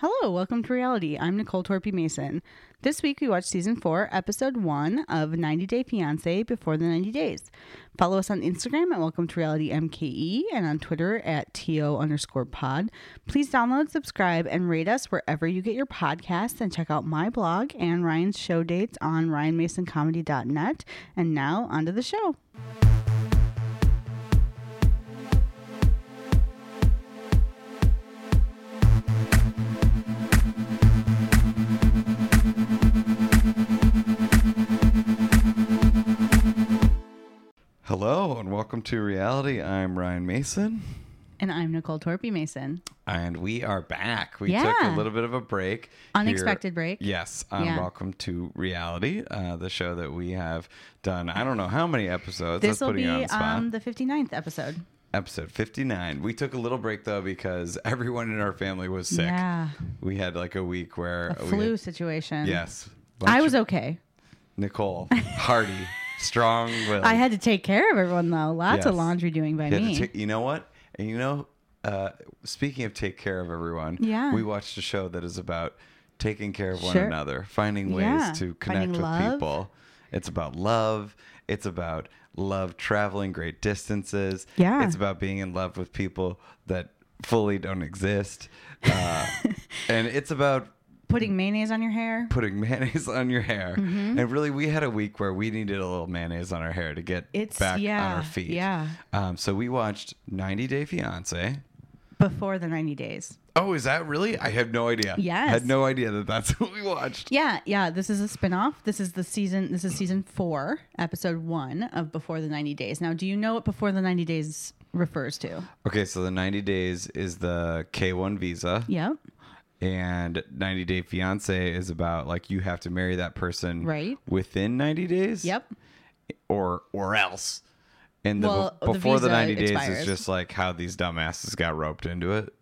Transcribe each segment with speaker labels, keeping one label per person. Speaker 1: Hello, welcome to reality. I'm Nicole Torpy Mason. This week we watched season four, episode one of 90 Day Fiance Before the 90 Days. Follow us on Instagram at Welcome to Reality MKE and on Twitter at TO underscore pod. Please download, subscribe, and rate us wherever you get your podcasts and check out my blog and Ryan's show dates on ryanmasoncomedy.net. And now onto the show.
Speaker 2: Hello and welcome to reality. I'm Ryan Mason
Speaker 1: And I'm Nicole Torpy Mason.
Speaker 2: and we are back. We took
Speaker 1: Yeah.
Speaker 2: a little bit of a break.
Speaker 1: Unexpected break.
Speaker 2: Yes, on
Speaker 1: Yeah.
Speaker 2: Welcome to Reality, uh, the show that we have done I don't know how many episodes.
Speaker 1: This
Speaker 2: That's
Speaker 1: will
Speaker 2: putting
Speaker 1: be
Speaker 2: you on the spot.
Speaker 1: um, the 59th episode.
Speaker 2: Episode 59. We took a little break though because everyone in our family was sick.
Speaker 1: Yeah.
Speaker 2: We had like a week where
Speaker 1: A
Speaker 2: we
Speaker 1: flu
Speaker 2: had-
Speaker 1: situation.
Speaker 2: yes.
Speaker 1: I
Speaker 2: Bunch
Speaker 1: was
Speaker 2: of-
Speaker 1: okay.
Speaker 2: Nicole Hardy, strong willed.
Speaker 1: I had to take care of everyone though. Lots of
Speaker 2: Yes.
Speaker 1: laundry doing by
Speaker 2: You, had
Speaker 1: me.
Speaker 2: to take- you know what? And you know, uh, speaking of take care of everyone,
Speaker 1: Yeah.
Speaker 2: we watched a show that is about taking care of one
Speaker 1: Sure.
Speaker 2: another, finding ways
Speaker 1: Yeah.
Speaker 2: to connect
Speaker 1: Finding
Speaker 2: with
Speaker 1: love.
Speaker 2: people. It's about love. It's about love traveling great distances.
Speaker 1: Yeah.
Speaker 2: It's about being in love with people that fully don't exist. Uh, and it's about
Speaker 1: Putting mayonnaise on your hair.
Speaker 2: putting mayonnaise on your hair.
Speaker 1: Mm-hmm.
Speaker 2: And really, we had a week where we needed a little mayonnaise on our hair to get
Speaker 1: It's-
Speaker 2: back
Speaker 1: yeah,
Speaker 2: on our feet.
Speaker 1: yeah.
Speaker 2: Um, so we watched 90 Day Fiance.
Speaker 1: Before the 90 days.
Speaker 2: Oh, is that really? I had no idea.
Speaker 1: Yes.
Speaker 2: Had no idea that that's what we watched.
Speaker 1: Yeah, yeah. This is a spin-off. This is the season this is season four, episode one of Before the 90 Days. Now, do you know what Before the 90 Days refers to?
Speaker 2: Okay, so the 90 days is the K1 visa.
Speaker 1: Yep.
Speaker 2: And 90 Day Fiance is about like you have to marry that person
Speaker 1: Right.
Speaker 2: within 90 days.
Speaker 1: Yep.
Speaker 2: Or or else. And the,
Speaker 1: Well, the
Speaker 2: be- before the,
Speaker 1: visa
Speaker 2: 90 days
Speaker 1: expires.
Speaker 2: is just like how these dumbasses got roped into it.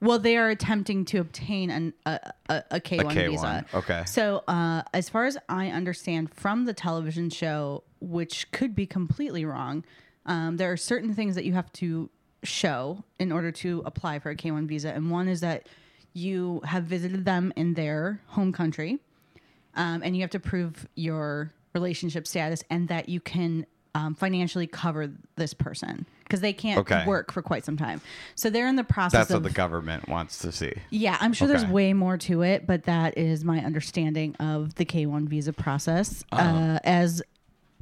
Speaker 1: Well, they are attempting to obtain an, a, a, a K1
Speaker 2: K1,
Speaker 1: visa.
Speaker 2: okay.
Speaker 1: So, uh, as far as I understand from the television show, which could be completely wrong, um, there are certain things that you have to show in order to apply for a K1 visa. And one is that you have visited them in their home country um, and you have to prove your relationship status and that you can um, financially cover this person because they can't
Speaker 2: Okay.
Speaker 1: work for quite some time. So they're in the process
Speaker 2: That's what
Speaker 1: of
Speaker 2: the government wants to see.
Speaker 1: yeah, I'm sure there's
Speaker 2: Okay.
Speaker 1: way more to it, but that is my understanding of the K1 visa process
Speaker 2: Uh-huh.
Speaker 1: uh, as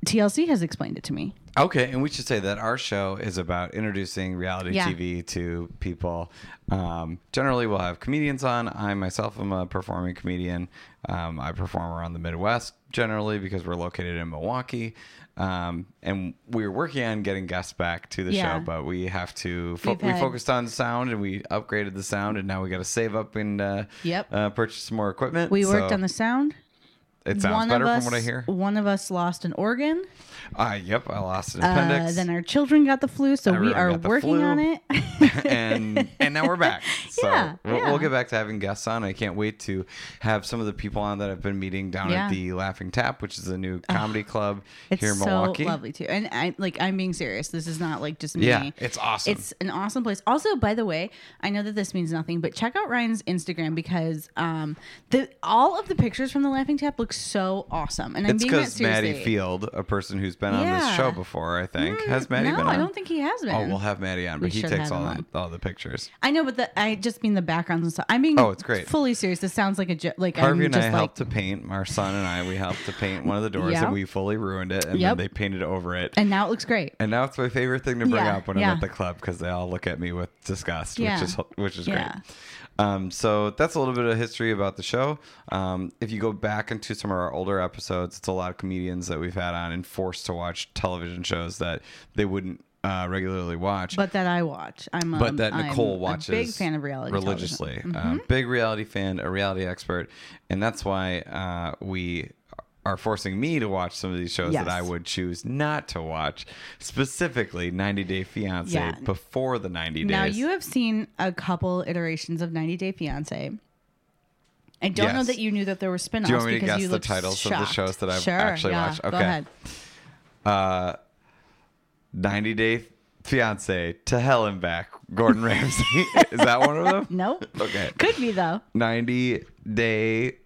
Speaker 1: TLC has explained it to me.
Speaker 2: Okay, and we should say that our show is about introducing reality
Speaker 1: Yeah.
Speaker 2: TV to people. Um, generally, we'll have comedians on. I myself am a performing comedian. Um, I perform around the Midwest generally because we're located in Milwaukee. Um, and we are working on getting guests back to the
Speaker 1: Yeah.
Speaker 2: show, but we have to. Fo-
Speaker 1: We've
Speaker 2: we
Speaker 1: had-
Speaker 2: focused on sound and we upgraded the sound, and now we got to save up and uh,
Speaker 1: Yep.
Speaker 2: uh, purchase some more equipment.
Speaker 1: We worked
Speaker 2: So
Speaker 1: on the sound.
Speaker 2: It sounds
Speaker 1: one
Speaker 2: better
Speaker 1: of us,
Speaker 2: from what I hear.
Speaker 1: One of us lost an organ.
Speaker 2: Uh, yep, I lost an
Speaker 1: Uh,
Speaker 2: appendix.
Speaker 1: then our children got the flu, so
Speaker 2: Everyone
Speaker 1: we are
Speaker 2: got the
Speaker 1: working
Speaker 2: flu.
Speaker 1: on it.
Speaker 2: and and now we're back. So
Speaker 1: Yeah,
Speaker 2: we'll,
Speaker 1: yeah.
Speaker 2: we'll get back to having guests on. I can't wait to have some of the people on that I've been meeting down
Speaker 1: Yeah.
Speaker 2: at the Laughing Tap, which is a new comedy club
Speaker 1: it's
Speaker 2: here in
Speaker 1: so
Speaker 2: Milwaukee.
Speaker 1: lovely too. And I like I'm being serious. This is not like just me.
Speaker 2: Yeah, it's awesome.
Speaker 1: It's an awesome place. Also, by the way, I know that this means nothing, but check out Ryan's Instagram because um, the all of the pictures from the Laughing Tap look so awesome. And I'm
Speaker 2: It's
Speaker 1: being that
Speaker 2: because
Speaker 1: seriously.
Speaker 2: Maddie Field, a person who's been on
Speaker 1: Yeah. Mm,
Speaker 2: this show before, I think, has Maddie
Speaker 1: no,
Speaker 2: been on.
Speaker 1: I don't think he has been.
Speaker 2: Oh, we'll have Maddie on,
Speaker 1: We
Speaker 2: but he
Speaker 1: should
Speaker 2: takes
Speaker 1: have
Speaker 2: all
Speaker 1: him
Speaker 2: the, all the pictures.
Speaker 1: I know, but the, I just mean the backgrounds and stuff. I mean,
Speaker 2: Oh, it's great.
Speaker 1: Fully serious. This sounds like a jo- like
Speaker 2: Harvey
Speaker 1: I'm
Speaker 2: and I
Speaker 1: just like,
Speaker 2: helped to paint. Our son and I, we helped to paint one of the doors,
Speaker 1: Yeah.
Speaker 2: and we fully ruined it, and
Speaker 1: Yep.
Speaker 2: then they painted over it.
Speaker 1: and now it looks great.
Speaker 2: And now it's my favorite thing to bring
Speaker 1: Yeah,
Speaker 2: up when
Speaker 1: yeah.
Speaker 2: I'm at the club because they all look at me with disgust,
Speaker 1: Yeah.
Speaker 2: which is which is
Speaker 1: Yeah.
Speaker 2: great. Um, so that's a little bit of history about the show. Um, if you go back into some of our older episodes, it's a lot of comedians that we've had on and forced to watch television shows that they wouldn't uh, regularly watch.
Speaker 1: But that I watch. I'm a,
Speaker 2: but that Nicole
Speaker 1: Um, I'm
Speaker 2: watches
Speaker 1: A big fan of reality. television. Mm-hmm.
Speaker 2: religiously. Um, big reality fan, a reality expert, and that's why uh, we are forcing me to watch some of these shows
Speaker 1: Yes.
Speaker 2: that I would choose not to watch, specifically 90 Day Fiance
Speaker 1: Yeah.
Speaker 2: before the 90 days.
Speaker 1: Now you have seen a couple iterations of 90 Day Fiance. I don't know
Speaker 2: Yes.
Speaker 1: that you knew that there were spin-offs
Speaker 2: Do you want me to
Speaker 1: because
Speaker 2: guess
Speaker 1: you
Speaker 2: the
Speaker 1: looked
Speaker 2: titles of the
Speaker 1: shocked.
Speaker 2: shows that I've
Speaker 1: Sure,
Speaker 2: actually
Speaker 1: yeah,
Speaker 2: watched?
Speaker 1: Go
Speaker 2: Okay.
Speaker 1: ahead.
Speaker 2: 90 Day fiance to hell and back. Gordon Ramsay is that one of them?
Speaker 1: Nope.
Speaker 2: Okay.
Speaker 1: Could be though.
Speaker 2: 90 day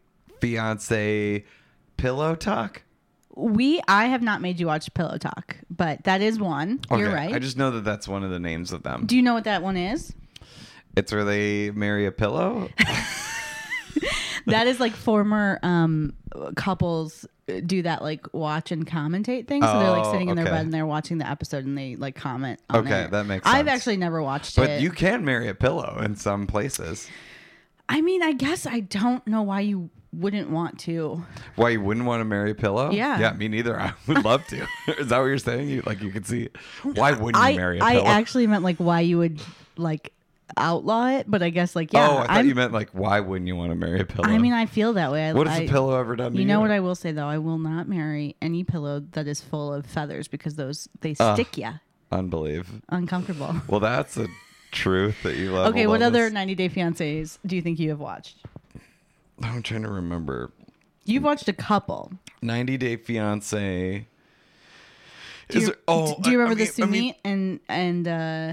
Speaker 2: fiance pillow talk.
Speaker 1: We I have not made you watch Pillow Talk, but that is one. You're
Speaker 2: Okay,
Speaker 1: right.
Speaker 2: I just know that that's one of the names of them.
Speaker 1: Do you know what that one is?
Speaker 2: it's where they marry a pillow.
Speaker 1: That is like former um couples uh, do that like watch and commentate thing. So they're like
Speaker 2: Oh,
Speaker 1: sitting in
Speaker 2: okay.
Speaker 1: their bed and they're watching the episode and they like comment on
Speaker 2: Okay,
Speaker 1: it.
Speaker 2: that makes
Speaker 1: I've
Speaker 2: sense.
Speaker 1: actually never watched
Speaker 2: but
Speaker 1: it.
Speaker 2: you can marry a pillow in some places.
Speaker 1: I mean, I guess I don't know why you wouldn't want to.
Speaker 2: Why you wouldn't want to marry a pillow?
Speaker 1: Yeah.
Speaker 2: Yeah, me neither. I would love to. is that what you're saying? You like you could see why wouldn't you
Speaker 1: I
Speaker 2: marry a
Speaker 1: I
Speaker 2: pillow?
Speaker 1: actually meant like why you would like outlaw it, but I guess like yeah.
Speaker 2: oh, I thought
Speaker 1: I'm-
Speaker 2: you meant like why wouldn't you want to marry a pillow?
Speaker 1: I mean, I feel that way. I,
Speaker 2: what has
Speaker 1: I-
Speaker 2: a pillow ever done to you?
Speaker 1: You know what I will say though? I will not marry any pillow that is full of feathers because those they stick ya
Speaker 2: Unbelievable.
Speaker 1: uncomfortable.
Speaker 2: Well, that's a truth that you love.
Speaker 1: Okay, what other 90 Day Fiancés do you think you have watched?
Speaker 2: I'm trying to remember.
Speaker 1: You've watched a couple.
Speaker 2: 90 Day Fiance.
Speaker 1: Do
Speaker 2: Is
Speaker 1: you,
Speaker 2: there, oh,
Speaker 1: do you
Speaker 2: I-
Speaker 1: remember
Speaker 2: I
Speaker 1: the
Speaker 2: mean- I mean,
Speaker 1: Sumit and and uh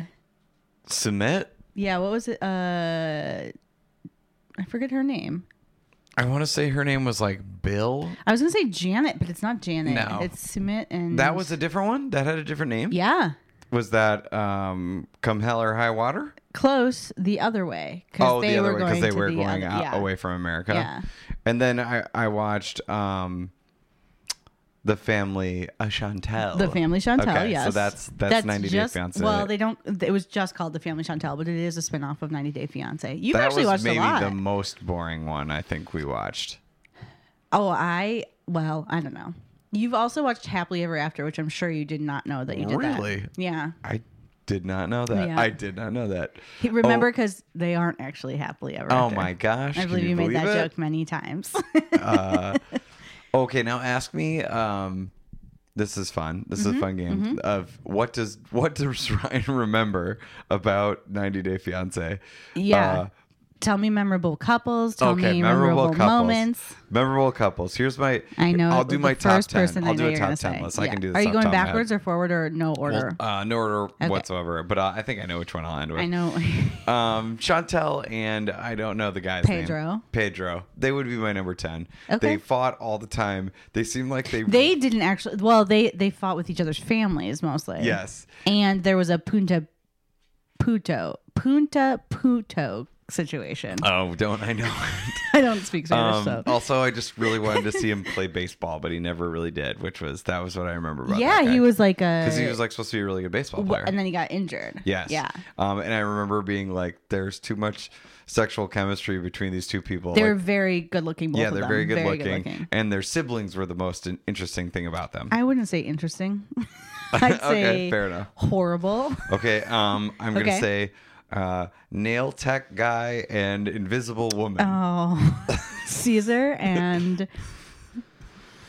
Speaker 2: Sumit?
Speaker 1: yeah, what was it? Uh I forget her name.
Speaker 2: I want to say her name was like Bill.
Speaker 1: I was gonna say Janet, but it's not Janet.
Speaker 2: No.
Speaker 1: It's Sumit and
Speaker 2: That was a different one. That had a different name.
Speaker 1: yeah
Speaker 2: Was that um, Come Hell or High Water?
Speaker 1: close the other way because
Speaker 2: Oh,
Speaker 1: they,
Speaker 2: the other
Speaker 1: were
Speaker 2: way because
Speaker 1: going
Speaker 2: they
Speaker 1: to
Speaker 2: were
Speaker 1: the
Speaker 2: going
Speaker 1: other-
Speaker 2: out
Speaker 1: yeah.
Speaker 2: away from America.
Speaker 1: Yeah.
Speaker 2: And then I, I watched um, the family uh, Chantel.
Speaker 1: The Family Chantel,
Speaker 2: Okay,
Speaker 1: yes.
Speaker 2: So that's that's, 90
Speaker 1: just,
Speaker 2: Day Fiance.
Speaker 1: Well, they don't. It was just called The Family Chantel, but it is a spinoff of 90 Day Fiance. You've
Speaker 2: that
Speaker 1: actually
Speaker 2: was
Speaker 1: watched
Speaker 2: maybe
Speaker 1: a lot.
Speaker 2: the most boring one I think we watched.
Speaker 1: oh, I well, I don't know. You've also watched Happily Ever After, which I'm sure you did not know that you did that.
Speaker 2: Really?
Speaker 1: Yeah.
Speaker 2: I did not know that.
Speaker 1: Yeah.
Speaker 2: I did not know that.
Speaker 1: He- Remember, because they aren't actually happily ever.
Speaker 2: Oh,
Speaker 1: after.
Speaker 2: my gosh!
Speaker 1: I
Speaker 2: can
Speaker 1: believe you, made
Speaker 2: believe
Speaker 1: that
Speaker 2: it?
Speaker 1: joke many times.
Speaker 2: Okay, now ask me. Um, this is fun. This
Speaker 1: Mm-hmm,
Speaker 2: is a fun game. Of what does what does Ryan remember about 90 Day Fiance?
Speaker 1: yeah.
Speaker 2: Uh,
Speaker 1: tell me memorable couples. Tell
Speaker 2: okay,
Speaker 1: me
Speaker 2: memorable,
Speaker 1: memorable,
Speaker 2: couples.
Speaker 1: moments.
Speaker 2: Memorable couples. Here's my.
Speaker 1: I know.
Speaker 2: I'll
Speaker 1: it
Speaker 2: do
Speaker 1: was
Speaker 2: my
Speaker 1: the
Speaker 2: top
Speaker 1: first
Speaker 2: ten.
Speaker 1: Person I
Speaker 2: I'll
Speaker 1: know
Speaker 2: do a
Speaker 1: you're
Speaker 2: top
Speaker 1: gonna
Speaker 2: ten
Speaker 1: say.
Speaker 2: list. I
Speaker 1: Yeah.
Speaker 2: can do. This
Speaker 1: Are you
Speaker 2: off
Speaker 1: going
Speaker 2: the top of my head.
Speaker 1: backwards or forward or no order?
Speaker 2: Well, uh, no order whatsoever, but uh, I think I know which one I'll end with.
Speaker 1: I know.
Speaker 2: Um, Chantel and I don't know the guy's name.
Speaker 1: Pedro.
Speaker 2: Pedro. They would be my number ten.
Speaker 1: Okay.
Speaker 2: They fought all the time. They seemed like they.
Speaker 1: They didn't actually. Well, they they fought with each other's families mostly.
Speaker 2: Yes.
Speaker 1: And there was a Punta Puto Punta Puto situation.
Speaker 2: Oh, don't I know?
Speaker 1: I don't speak Spanish, so
Speaker 2: Um, Also, I just really wanted to see him play baseball, but he never really did, which was that was what I remember about.
Speaker 1: yeah, he was like a.
Speaker 2: because he was like supposed to be a really good baseball
Speaker 1: wh-
Speaker 2: player.
Speaker 1: and then he got injured.
Speaker 2: Yes.
Speaker 1: Yeah.
Speaker 2: Um, and I remember being like, "There's too much sexual chemistry between these two people."
Speaker 1: They're
Speaker 2: Like,
Speaker 1: very good looking. Both
Speaker 2: yeah,
Speaker 1: of
Speaker 2: they're
Speaker 1: them.
Speaker 2: very, good, looking, and their siblings were the most in- interesting thing about them.
Speaker 1: I wouldn't say interesting. I'd
Speaker 2: Okay,
Speaker 1: say
Speaker 2: fair enough.
Speaker 1: horrible.
Speaker 2: Okay. Um, I'm gonna
Speaker 1: Okay.
Speaker 2: say. Uh, nail tech guy and invisible woman.
Speaker 1: Oh, Caesar and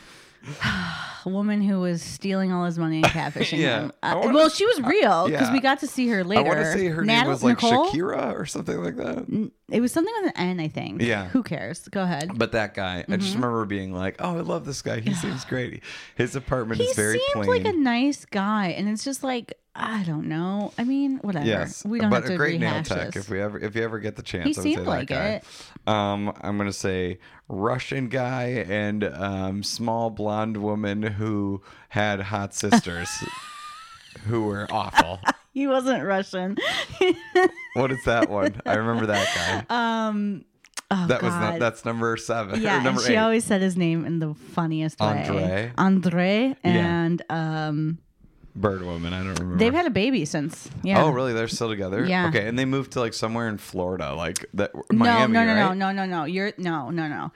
Speaker 1: a woman who was stealing all his money and catfishing
Speaker 2: Yeah.
Speaker 1: him.
Speaker 2: I
Speaker 1: Uh,
Speaker 2: wanna-
Speaker 1: well, she was real because
Speaker 2: yeah.
Speaker 1: we got to see her
Speaker 2: I
Speaker 1: later.
Speaker 2: want to say her name
Speaker 1: Natalie-
Speaker 2: was like
Speaker 1: Nicole?
Speaker 2: Shakira or something like that.
Speaker 1: It was something with an N, I think.
Speaker 2: Yeah.
Speaker 1: Who cares? Go ahead.
Speaker 2: But that guy, I
Speaker 1: Mm-hmm.
Speaker 2: just remember being like, "Oh, I love this guy. He seems great. His apartment
Speaker 1: He
Speaker 2: is very
Speaker 1: seemed
Speaker 2: plain."
Speaker 1: like a nice guy, and it's just like I don't know. I mean, whatever.
Speaker 2: yes,
Speaker 1: we don't
Speaker 2: but
Speaker 1: have to
Speaker 2: a great nail
Speaker 1: rehash
Speaker 2: tech.
Speaker 1: this.
Speaker 2: If we ever, if you ever get the chance,
Speaker 1: He
Speaker 2: I would say
Speaker 1: seemed
Speaker 2: that
Speaker 1: like
Speaker 2: guy. Um, I'm gonna say Russian guy and um, small blonde woman who had hot sisters who were awful.
Speaker 1: he wasn't Russian.
Speaker 2: What is that one? I remember that guy.
Speaker 1: Oh,
Speaker 2: that was
Speaker 1: God.
Speaker 2: not, that's number seven.
Speaker 1: Yeah,
Speaker 2: or number
Speaker 1: and she
Speaker 2: eight.
Speaker 1: always said his name in the funniest
Speaker 2: Andre?
Speaker 1: way. Andre. And um,
Speaker 2: Bird woman. I don't remember.
Speaker 1: they've had a baby since. Yeah.
Speaker 2: Oh, really? They're still together?
Speaker 1: Yeah.
Speaker 2: Okay, and they moved to like somewhere in Florida, like that
Speaker 1: No,
Speaker 2: Miami,
Speaker 1: no, no,
Speaker 2: right?
Speaker 1: no, no, no, no. You're no, no, no.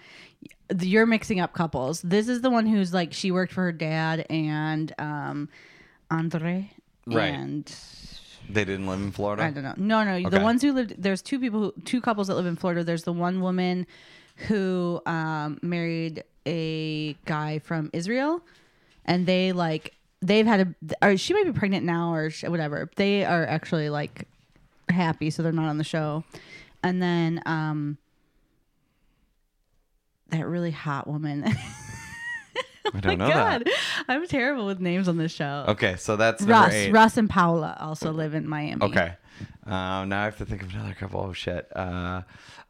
Speaker 1: You're mixing up couples. This is the one who's like she worked for her dad and um, Andre.
Speaker 2: Right.
Speaker 1: And
Speaker 2: They didn't live in Florida.
Speaker 1: I don't know. No, no.
Speaker 2: Oh. Okay.
Speaker 1: The ones who lived there's two people who two couples that live in Florida. There's the one woman who um, married a guy from Israel, and they like they've had a or she might be pregnant now or sh- whatever. They are actually like happy, so they're not on the show. And then um, that really hot woman.
Speaker 2: I don't know
Speaker 1: God,
Speaker 2: that.
Speaker 1: I'm terrible with names on this show.
Speaker 2: Okay, so that's number
Speaker 1: Russ,
Speaker 2: eight.
Speaker 1: Russ, and Paula also live in Miami.
Speaker 2: Okay. Um, now I have to think of another couple. Oh shit. Uh,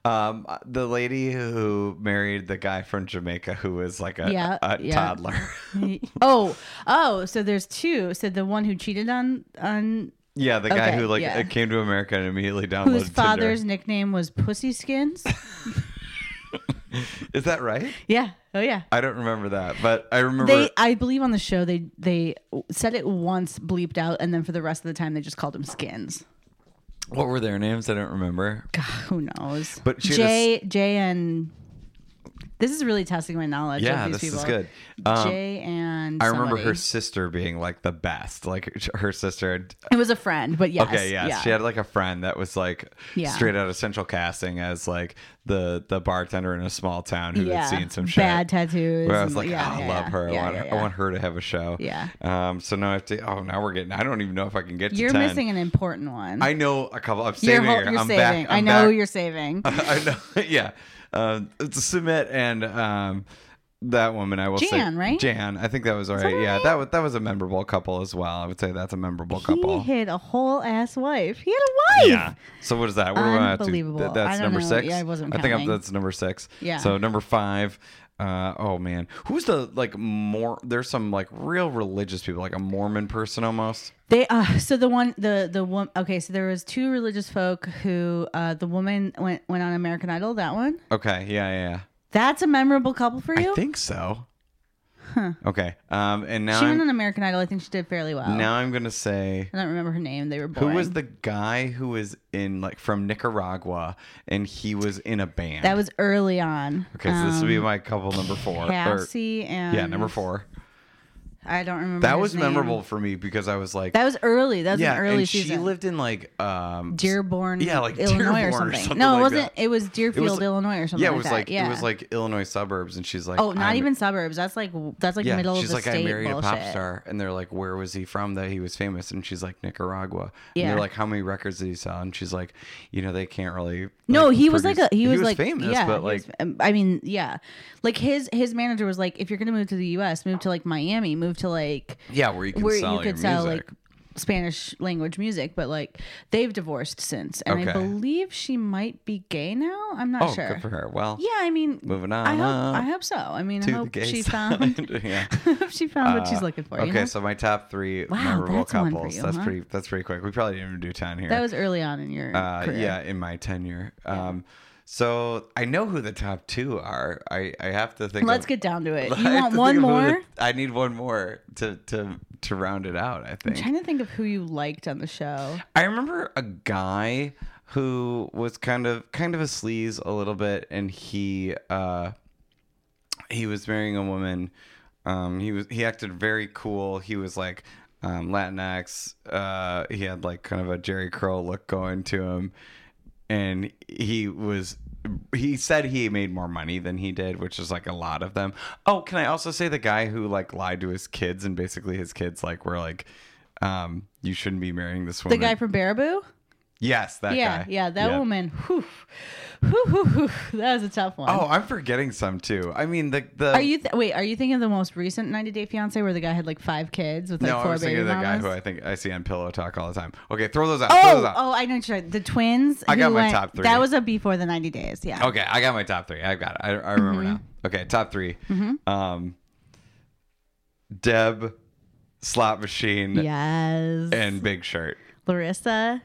Speaker 2: um, the lady who married the guy from Jamaica who was like a,
Speaker 1: Yeah,
Speaker 2: a
Speaker 1: yeah.
Speaker 2: toddler.
Speaker 1: oh, oh, so there's two. So the one who cheated on on
Speaker 2: yeah, the guy
Speaker 1: Okay,
Speaker 2: who like
Speaker 1: yeah.
Speaker 2: came to America and immediately downloaded
Speaker 1: whose
Speaker 2: Tinder.
Speaker 1: father's nickname was Pussy Skins.
Speaker 2: Is that right?
Speaker 1: yeah. Oh yeah.
Speaker 2: I don't remember that, but I remember.
Speaker 1: They, I believe on the show they they said it once bleeped out, and then for the rest of the time they just called him Skins.
Speaker 2: what were their names? I don't remember.
Speaker 1: God, who knows?
Speaker 2: But she had a
Speaker 1: J J and this is really testing my knowledge.
Speaker 2: Yeah,
Speaker 1: of
Speaker 2: this
Speaker 1: these people.
Speaker 2: is good. Um,
Speaker 1: J and
Speaker 2: I remember her
Speaker 1: somebody.
Speaker 2: sister being like the best. Like her sister
Speaker 1: It was a friend, but yes.
Speaker 2: Okay, yes.
Speaker 1: yeah.
Speaker 2: She had like a friend that was like
Speaker 1: Yeah.
Speaker 2: straight out of central casting as like the the bartender in a small town who
Speaker 1: yeah.
Speaker 2: had seen some shit.
Speaker 1: bad tattoos.
Speaker 2: where I was
Speaker 1: and-
Speaker 2: like,
Speaker 1: yeah,
Speaker 2: "Oh, I
Speaker 1: yeah,
Speaker 2: love
Speaker 1: yeah.
Speaker 2: her.
Speaker 1: Yeah,
Speaker 2: I, want
Speaker 1: yeah,
Speaker 2: her.
Speaker 1: yeah.
Speaker 2: I want her to have a show.
Speaker 1: Yeah.
Speaker 2: Um. So now I have to. Oh, now we're getting. I don't even know if I can get to
Speaker 1: You're
Speaker 2: 10.
Speaker 1: missing an important one.
Speaker 2: I know a couple. I'm
Speaker 1: you're
Speaker 2: saving.
Speaker 1: hol-
Speaker 2: her.
Speaker 1: you're
Speaker 2: I'm
Speaker 1: saving.
Speaker 2: Back,
Speaker 1: I
Speaker 2: I'm
Speaker 1: know
Speaker 2: back.
Speaker 1: you're saving.
Speaker 2: I know. yeah. Um. it's Submit and um. That woman, I will say,
Speaker 1: Jan, right?
Speaker 2: Jan, I think that was all right.
Speaker 1: that
Speaker 2: yeah,
Speaker 1: right?
Speaker 2: that was that was a memorable couple as well. I would say that's a memorable
Speaker 1: He
Speaker 2: couple.
Speaker 1: hit a whole ass wife. He had a wife.
Speaker 2: Yeah. So what is that? What do I have to-
Speaker 1: Unbelievable.
Speaker 2: th-
Speaker 1: I
Speaker 2: that's
Speaker 1: don't
Speaker 2: number
Speaker 1: know.
Speaker 2: six.
Speaker 1: Yeah, I wasn't
Speaker 2: I think I'm,
Speaker 1: counting.
Speaker 2: that's number six.
Speaker 1: Yeah.
Speaker 2: So number five. Uh, oh man, who's the like more? There's some like real religious people, like a Mormon person almost.
Speaker 1: They uh so the one the the one okay so there was two religious folk who uh the woman went went on American Idol that one
Speaker 2: Okay. Yeah. Yeah.
Speaker 1: that's a memorable couple for
Speaker 2: yeah.
Speaker 1: you
Speaker 2: I think so. Okay. Um. And now
Speaker 1: she went
Speaker 2: I'm,
Speaker 1: on American Idol I think she did fairly well
Speaker 2: now I'm gonna say
Speaker 1: I don't remember her name they were
Speaker 2: who
Speaker 1: boring.
Speaker 2: was the guy who was in like from Nicaragua and he was in a band.
Speaker 1: that was early on
Speaker 2: okay. So this would be
Speaker 1: Um,
Speaker 2: my couple number four. or-
Speaker 1: Cassie and
Speaker 2: yeah, number four.
Speaker 1: I don't remember
Speaker 2: That
Speaker 1: his
Speaker 2: was
Speaker 1: name.
Speaker 2: memorable for me because I was like,
Speaker 1: that was early that was an early
Speaker 2: and
Speaker 1: season
Speaker 2: she lived in like um
Speaker 1: Dearborn
Speaker 2: Yeah, like
Speaker 1: Illinois
Speaker 2: Dearborn or
Speaker 1: or, something.
Speaker 2: something
Speaker 1: no it
Speaker 2: like
Speaker 1: wasn't
Speaker 2: that.
Speaker 1: it was Deerfield
Speaker 2: like-
Speaker 1: Illinois or something
Speaker 2: yeah, it was
Speaker 1: that.
Speaker 2: like
Speaker 1: yeah
Speaker 2: it was like Illinois suburbs, and she's like,
Speaker 1: oh not
Speaker 2: I'm-
Speaker 1: even suburbs that's like that's like
Speaker 2: yeah.
Speaker 1: middle
Speaker 2: she's
Speaker 1: of the
Speaker 2: like,
Speaker 1: state
Speaker 2: I married
Speaker 1: bullshit.
Speaker 2: a pop star, and they're like, where was he from that he was famous? And she's like, Nicaragua. And
Speaker 1: Yeah.
Speaker 2: they're like, how many records did he sell? And she's like, you know, they can't really.
Speaker 1: No,
Speaker 2: like,
Speaker 1: he was like a
Speaker 2: produce-
Speaker 1: he was, like
Speaker 2: famous,
Speaker 1: yeah,
Speaker 2: but
Speaker 1: he
Speaker 2: like
Speaker 1: was- um, I mean yeah, like his his manager was like if you're gonna move to the U.S., move to like Miami, move to like
Speaker 2: yeah, where you can
Speaker 1: where
Speaker 2: sell
Speaker 1: you could
Speaker 2: your
Speaker 1: sell
Speaker 2: music.
Speaker 1: like Spanish language music, but like they've divorced since, and
Speaker 2: Okay.
Speaker 1: I believe she might be gay now. I'm not
Speaker 2: oh,
Speaker 1: sure.
Speaker 2: good for her. Well,
Speaker 1: Yeah, I mean,
Speaker 2: moving on.
Speaker 1: I hope
Speaker 2: up
Speaker 1: I hope so. I mean, I
Speaker 2: to the
Speaker 1: hope
Speaker 2: gay
Speaker 1: she
Speaker 2: side.
Speaker 1: found
Speaker 2: yeah.
Speaker 1: she found what she's
Speaker 2: Uh,
Speaker 1: looking for.
Speaker 2: Okay,
Speaker 1: you know?
Speaker 2: so my top three
Speaker 1: Wow,
Speaker 2: memorable
Speaker 1: that's one for
Speaker 2: couples.
Speaker 1: you,
Speaker 2: that's
Speaker 1: huh?
Speaker 2: pretty. That's pretty quick. We probably didn't even do ten here.
Speaker 1: that was early on in your
Speaker 2: uh,
Speaker 1: career.
Speaker 2: yeah in my tenure um so i know who the top two are i i have to think
Speaker 1: Let's
Speaker 2: of-
Speaker 1: get down to it.
Speaker 2: I
Speaker 1: You
Speaker 2: have
Speaker 1: want one
Speaker 2: to think of who the-
Speaker 1: more?
Speaker 2: i need one more to to to round it out i
Speaker 1: I'm
Speaker 2: think
Speaker 1: trying to think of who you liked on the show.
Speaker 2: i remember a guy who was kind of kind of a sleaze a little bit and he uh he was marrying a woman. Um, he was he acted very cool. He was like um, Latinx. Uh, he had like kind of a Jerry Curl look going to him, and he was. He said he made more money than he did, which is like a lot of them. Oh, can I also say the guy who like lied to his kids and basically his kids like were like, um, "You shouldn't be marrying this
Speaker 1: The
Speaker 2: woman."
Speaker 1: guy from Baraboo?
Speaker 2: yes, that
Speaker 1: Yeah,
Speaker 2: guy.
Speaker 1: yeah, that woman. Whew. Whew, whew, whew. That was a tough one.
Speaker 2: Oh, I'm forgetting some too. I mean, the the
Speaker 1: Are you th- wait? Are you thinking of the most recent 90 Day Fiance where the guy had like five kids with like
Speaker 2: no,
Speaker 1: four
Speaker 2: I was
Speaker 1: baby
Speaker 2: thinking of the guy
Speaker 1: mamas?
Speaker 2: who I think I see on Pillow Talk all the time. Okay, throw those out. throw those
Speaker 1: oh,
Speaker 2: out.
Speaker 1: oh, I know what you're talking- the twins.
Speaker 2: I got
Speaker 1: who
Speaker 2: my top three.
Speaker 1: That was a before the 90 days. Yeah.
Speaker 2: Okay, I got my top three. I've got it. I, I remember
Speaker 1: Mm-hmm.
Speaker 2: now. Okay, top 3 Um, Deb, Slot Machine,
Speaker 1: Yes.
Speaker 2: and Big Shirt.
Speaker 1: Larissa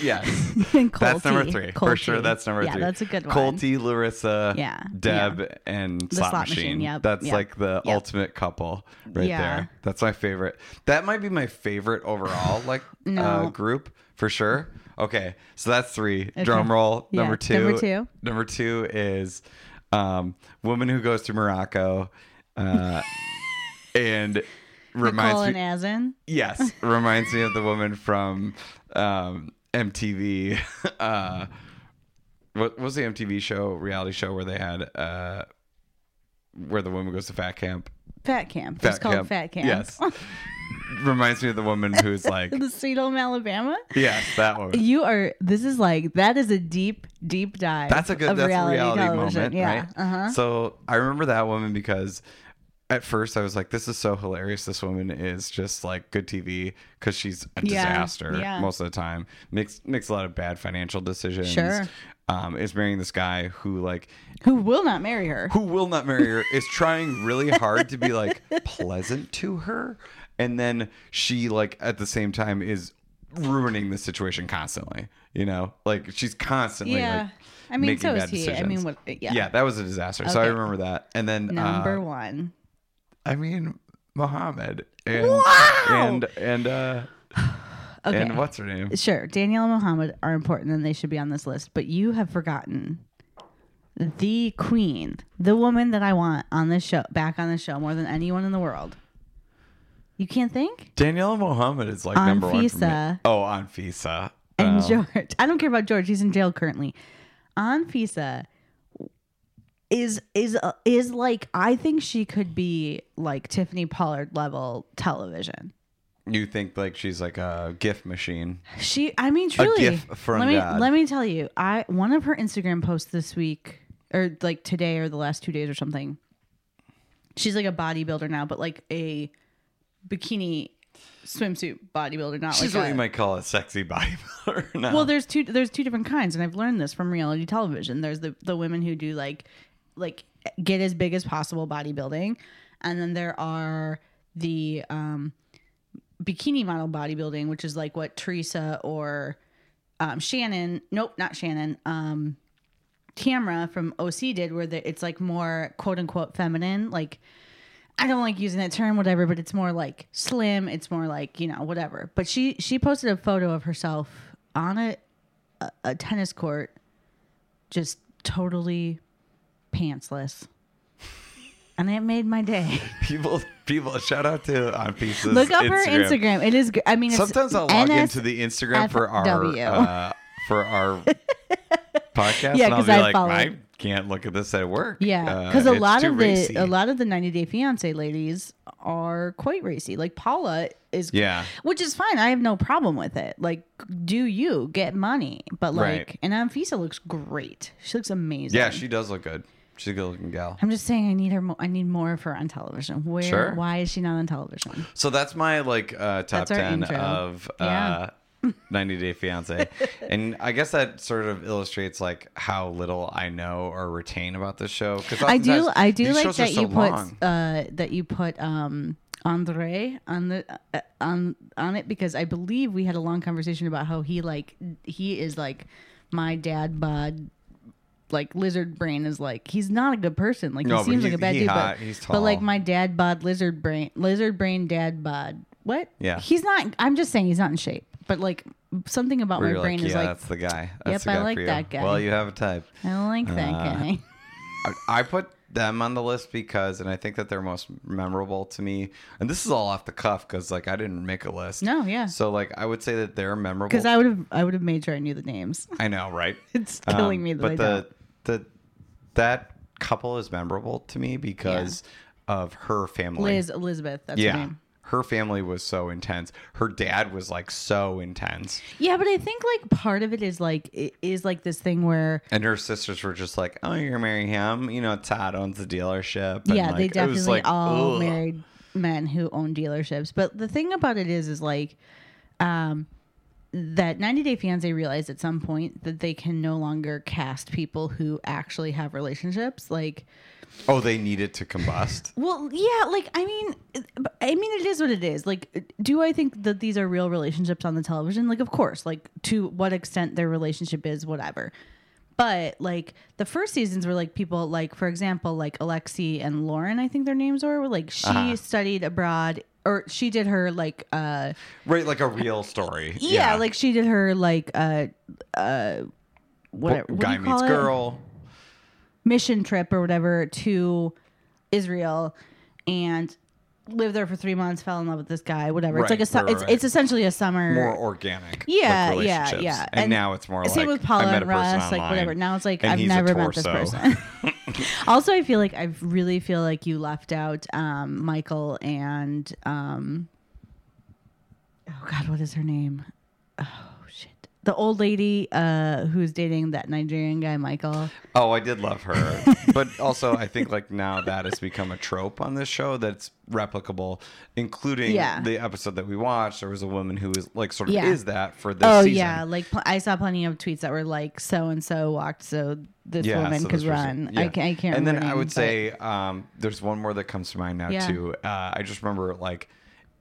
Speaker 2: yes.
Speaker 1: and Colty.
Speaker 2: That's number three. For sure,
Speaker 1: Colty.
Speaker 2: that's number
Speaker 1: yeah,
Speaker 2: three.
Speaker 1: That's a good one.
Speaker 2: Colty, Larissa,
Speaker 1: Yeah,
Speaker 2: Deb, and Slot,
Speaker 1: Slot
Speaker 2: Machine.
Speaker 1: Machine, yep,
Speaker 2: That's
Speaker 1: yep,
Speaker 2: like the
Speaker 1: yep.
Speaker 2: ultimate couple right
Speaker 1: Yeah.
Speaker 2: there. That's my favorite. That might be my favorite overall, like uh,
Speaker 1: No.
Speaker 2: group for sure. Okay, so that's three. Drum roll.
Speaker 1: Yeah,
Speaker 2: Number two.
Speaker 1: number two.
Speaker 2: Number two is um, woman who goes to Morocco, uh, and reminds
Speaker 1: Nicole
Speaker 2: me.
Speaker 1: and Azin.
Speaker 2: Yes, reminds me of the woman from um, MTV. Uh, what what was the MTV show reality show where they had uh, where the woman goes to fat camp?
Speaker 1: Fat Camp.
Speaker 2: Fat
Speaker 1: it's called Fat Camp.
Speaker 2: Yes, reminds me of the woman who's like,
Speaker 1: the sweet home Alabama.
Speaker 2: yes, that woman.
Speaker 1: You are. This is like that is a deep, deep dive.
Speaker 2: That's a good
Speaker 1: of
Speaker 2: that's a
Speaker 1: reality,
Speaker 2: reality
Speaker 1: television. uh-huh.
Speaker 2: moment,
Speaker 1: yeah.
Speaker 2: right?
Speaker 1: Uh huh.
Speaker 2: So I remember that woman because at first I was like, this is so hilarious. This woman is just like good TV because she's a
Speaker 1: Yeah,
Speaker 2: disaster
Speaker 1: yeah.
Speaker 2: most of the time. Makes makes a lot of bad financial decisions.
Speaker 1: Sure.
Speaker 2: Um, is marrying this guy who like
Speaker 1: Who will not marry her?
Speaker 2: who will not marry her is trying really hard to be like pleasant to her and then she like at the same time is ruining the situation constantly you know like she's constantly
Speaker 1: Yeah.
Speaker 2: like
Speaker 1: I mean,
Speaker 2: making
Speaker 1: so is
Speaker 2: bad
Speaker 1: he. I
Speaker 2: decisions.
Speaker 1: mean, what- yeah.
Speaker 2: that was a disaster so i
Speaker 1: Okay.
Speaker 2: remember that and then
Speaker 1: Number
Speaker 2: uh,
Speaker 1: one.
Speaker 2: i mean muhammad and
Speaker 1: Wow!
Speaker 2: and and uh
Speaker 1: Okay.
Speaker 2: and what's her name
Speaker 1: Sure, Danielle and Muhammad are important and they should be on this list, but you have forgotten the queen, the woman that I want on this show, back on the show more than anyone in the world. You can't think?
Speaker 2: daniela muhammad is like
Speaker 1: On
Speaker 2: number one for me.
Speaker 1: Fisa.
Speaker 2: oh on fisa
Speaker 1: And
Speaker 2: Um,
Speaker 1: George, I don't care about George, he's in jail currently. On FISA is is uh, is like I think she could be like Tiffany Pollard level television.
Speaker 2: you think like she's like a gift machine
Speaker 1: She, I mean, truly.
Speaker 2: gift from
Speaker 1: let me
Speaker 2: God.
Speaker 1: let me tell you, I one of her Instagram posts this week, or like today, or the last two days, or something. She's like a bodybuilder now, but like a bikini swimsuit bodybuilder, not
Speaker 2: She's
Speaker 1: like
Speaker 2: what
Speaker 1: a,
Speaker 2: you might call a sexy bodybuilder. now.
Speaker 1: well, there's two there's two different kinds, and I've learned this from reality television. There's the the women who do like like get as big as possible bodybuilding, and then there are the um, bikini model bodybuilding, which is like what Teresa or um, Shannon, nope, not Shannon, um, Tamra from OC did, where the, it's like more quote unquote feminine, like. I don't like using that term, whatever, but it's more like slim. It's more like you know whatever. But she she posted a photo of herself on a a, a tennis court, just totally pantsless, and it made my day.
Speaker 2: people, people, shout out to on pieces.
Speaker 1: Look up her Instagram. It is. gr- I mean, it's
Speaker 2: Sometimes I'll log
Speaker 1: NS
Speaker 2: into the Instagram for our
Speaker 1: FW.
Speaker 2: uh, for our podcast,
Speaker 1: Yeah,
Speaker 2: and I'll
Speaker 1: 'cause
Speaker 2: be
Speaker 1: I
Speaker 2: like,
Speaker 1: follow.
Speaker 2: I can't look at this at work.
Speaker 1: Yeah,
Speaker 2: Uh,
Speaker 1: because a
Speaker 2: it's
Speaker 1: lot
Speaker 2: too
Speaker 1: of the
Speaker 2: racy.
Speaker 1: a lot of the 90 Day Fiance ladies are quite racy. Like Paula is,
Speaker 2: Yeah.
Speaker 1: which is fine. I have no problem with it. Like, do you get money? But like,
Speaker 2: Right.
Speaker 1: and Anfisa looks great. She looks amazing.
Speaker 2: Yeah, she does look good. She's a good-looking gal.
Speaker 1: I'm just saying, I need her. Mo- I need more of her on television. Where?
Speaker 2: Sure.
Speaker 1: Why is she not on television?
Speaker 2: So that's my like uh, top
Speaker 1: That's our
Speaker 2: ten
Speaker 1: intro.
Speaker 2: of uh,
Speaker 1: Yeah.
Speaker 2: 90 Day Fiance, and I guess that sort of illustrates like how little I know or retain about this show. Because
Speaker 1: I do. I do like that you put uh, that you put um, Andre on the uh, on on it because I believe we had a long conversation about how he like he is like my dad bod. Like lizard brain is like he's not a good person. Like
Speaker 2: No,
Speaker 1: he
Speaker 2: but
Speaker 1: seems like a
Speaker 2: he's-
Speaker 1: bad
Speaker 2: he
Speaker 1: dude,
Speaker 2: hot,
Speaker 1: but
Speaker 2: he's
Speaker 1: but like
Speaker 2: tall.
Speaker 1: my dad bod lizard brain lizard brain dad bod. What?
Speaker 2: Yeah.
Speaker 1: he's not. I'm just saying he's not in shape. But like something about
Speaker 2: Where
Speaker 1: my
Speaker 2: you're
Speaker 1: brain
Speaker 2: like,
Speaker 1: is
Speaker 2: yeah,
Speaker 1: like
Speaker 2: that's the guy. That's
Speaker 1: Yep,
Speaker 2: the
Speaker 1: I
Speaker 2: guy
Speaker 1: like
Speaker 2: for you.
Speaker 1: that guy.
Speaker 2: Well, you have a type.
Speaker 1: I don't like that
Speaker 2: Uh,
Speaker 1: guy.
Speaker 2: I, I put them on the list because, and I think that they're most memorable to me. And this is all off the cuff because, like, I didn't make a list.
Speaker 1: No, yeah.
Speaker 2: So, like, I would say that they're memorable.
Speaker 1: Because I would have I would have made sure I knew the names.
Speaker 2: I know, right?
Speaker 1: It's killing me that
Speaker 2: Um, but
Speaker 1: I
Speaker 2: the
Speaker 1: don't.
Speaker 2: the that couple is memorable to me because of her family.
Speaker 1: Liz Elizabeth. That's her
Speaker 2: yeah.
Speaker 1: name.
Speaker 2: Her family was so intense. Her dad was like so intense,
Speaker 1: Yeah, but I think like part of it is like it is like this thing where
Speaker 2: and her sisters were just like, "Oh, you're gonna marry him? You know, Todd owns the dealership." And,
Speaker 1: yeah
Speaker 2: like,
Speaker 1: they
Speaker 2: it was,
Speaker 1: definitely
Speaker 2: like,
Speaker 1: all
Speaker 2: ugh.
Speaker 1: married men who own dealerships. But the thing about it is is like um that 90 Day Fiance realized at some point that they can no longer cast people who actually have relationships. Like,
Speaker 2: Oh, they needed to combust.
Speaker 1: well, yeah, like I mean, I mean, it is what it is. Like, do I think that these are real relationships on the television? Like, of course. Like, to what extent their relationship is, whatever. But like the first seasons were like people like, for example, like Alexi and Lauren, I think their names were. were like she
Speaker 2: Uh-huh.
Speaker 1: studied abroad, or she did her like uh
Speaker 2: right, like a real story.
Speaker 1: yeah, like she did her like uh uh whatever what do
Speaker 2: guy
Speaker 1: you call
Speaker 2: meets
Speaker 1: it?
Speaker 2: girl.
Speaker 1: mission trip or whatever to Israel and lived there for three months, fell in love with this guy, whatever. it's
Speaker 2: Right,
Speaker 1: like a su-
Speaker 2: right,
Speaker 1: it's,
Speaker 2: right.
Speaker 1: it's essentially a summer.
Speaker 2: More organic. like,
Speaker 1: yeah, yeah,
Speaker 2: relationships.
Speaker 1: yeah.
Speaker 2: And, now it's more
Speaker 1: same
Speaker 2: like
Speaker 1: with Paula
Speaker 2: I met
Speaker 1: and
Speaker 2: a person
Speaker 1: Russ, like
Speaker 2: online,
Speaker 1: whatever. Now it's like
Speaker 2: and
Speaker 1: I've
Speaker 2: he's a
Speaker 1: never met this
Speaker 2: torso.
Speaker 1: person. also, I feel like I really feel like you left out um, Michael and um, oh god, what is her name? Oh shit, the old lady uh, who's dating that Nigerian guy, Michael.
Speaker 2: Oh, I did love her, but also I think like now that has become a trope on this show that's replicable, including
Speaker 1: Yeah.
Speaker 2: the episode that we watched. There was a woman who is like sort of
Speaker 1: Yeah.
Speaker 2: is that for this
Speaker 1: Oh
Speaker 2: season.
Speaker 1: yeah, like pl- I saw plenty of tweets that were like, "So and so walked, so this
Speaker 2: Yeah,
Speaker 1: woman
Speaker 2: so
Speaker 1: could
Speaker 2: this person-
Speaker 1: run." I,
Speaker 2: yeah.
Speaker 1: ca- I can't.
Speaker 2: And then
Speaker 1: remember her
Speaker 2: I
Speaker 1: name,
Speaker 2: would
Speaker 1: but-
Speaker 2: say um, there's one more that comes to mind now
Speaker 1: Yeah.
Speaker 2: too. Uh, I just remember like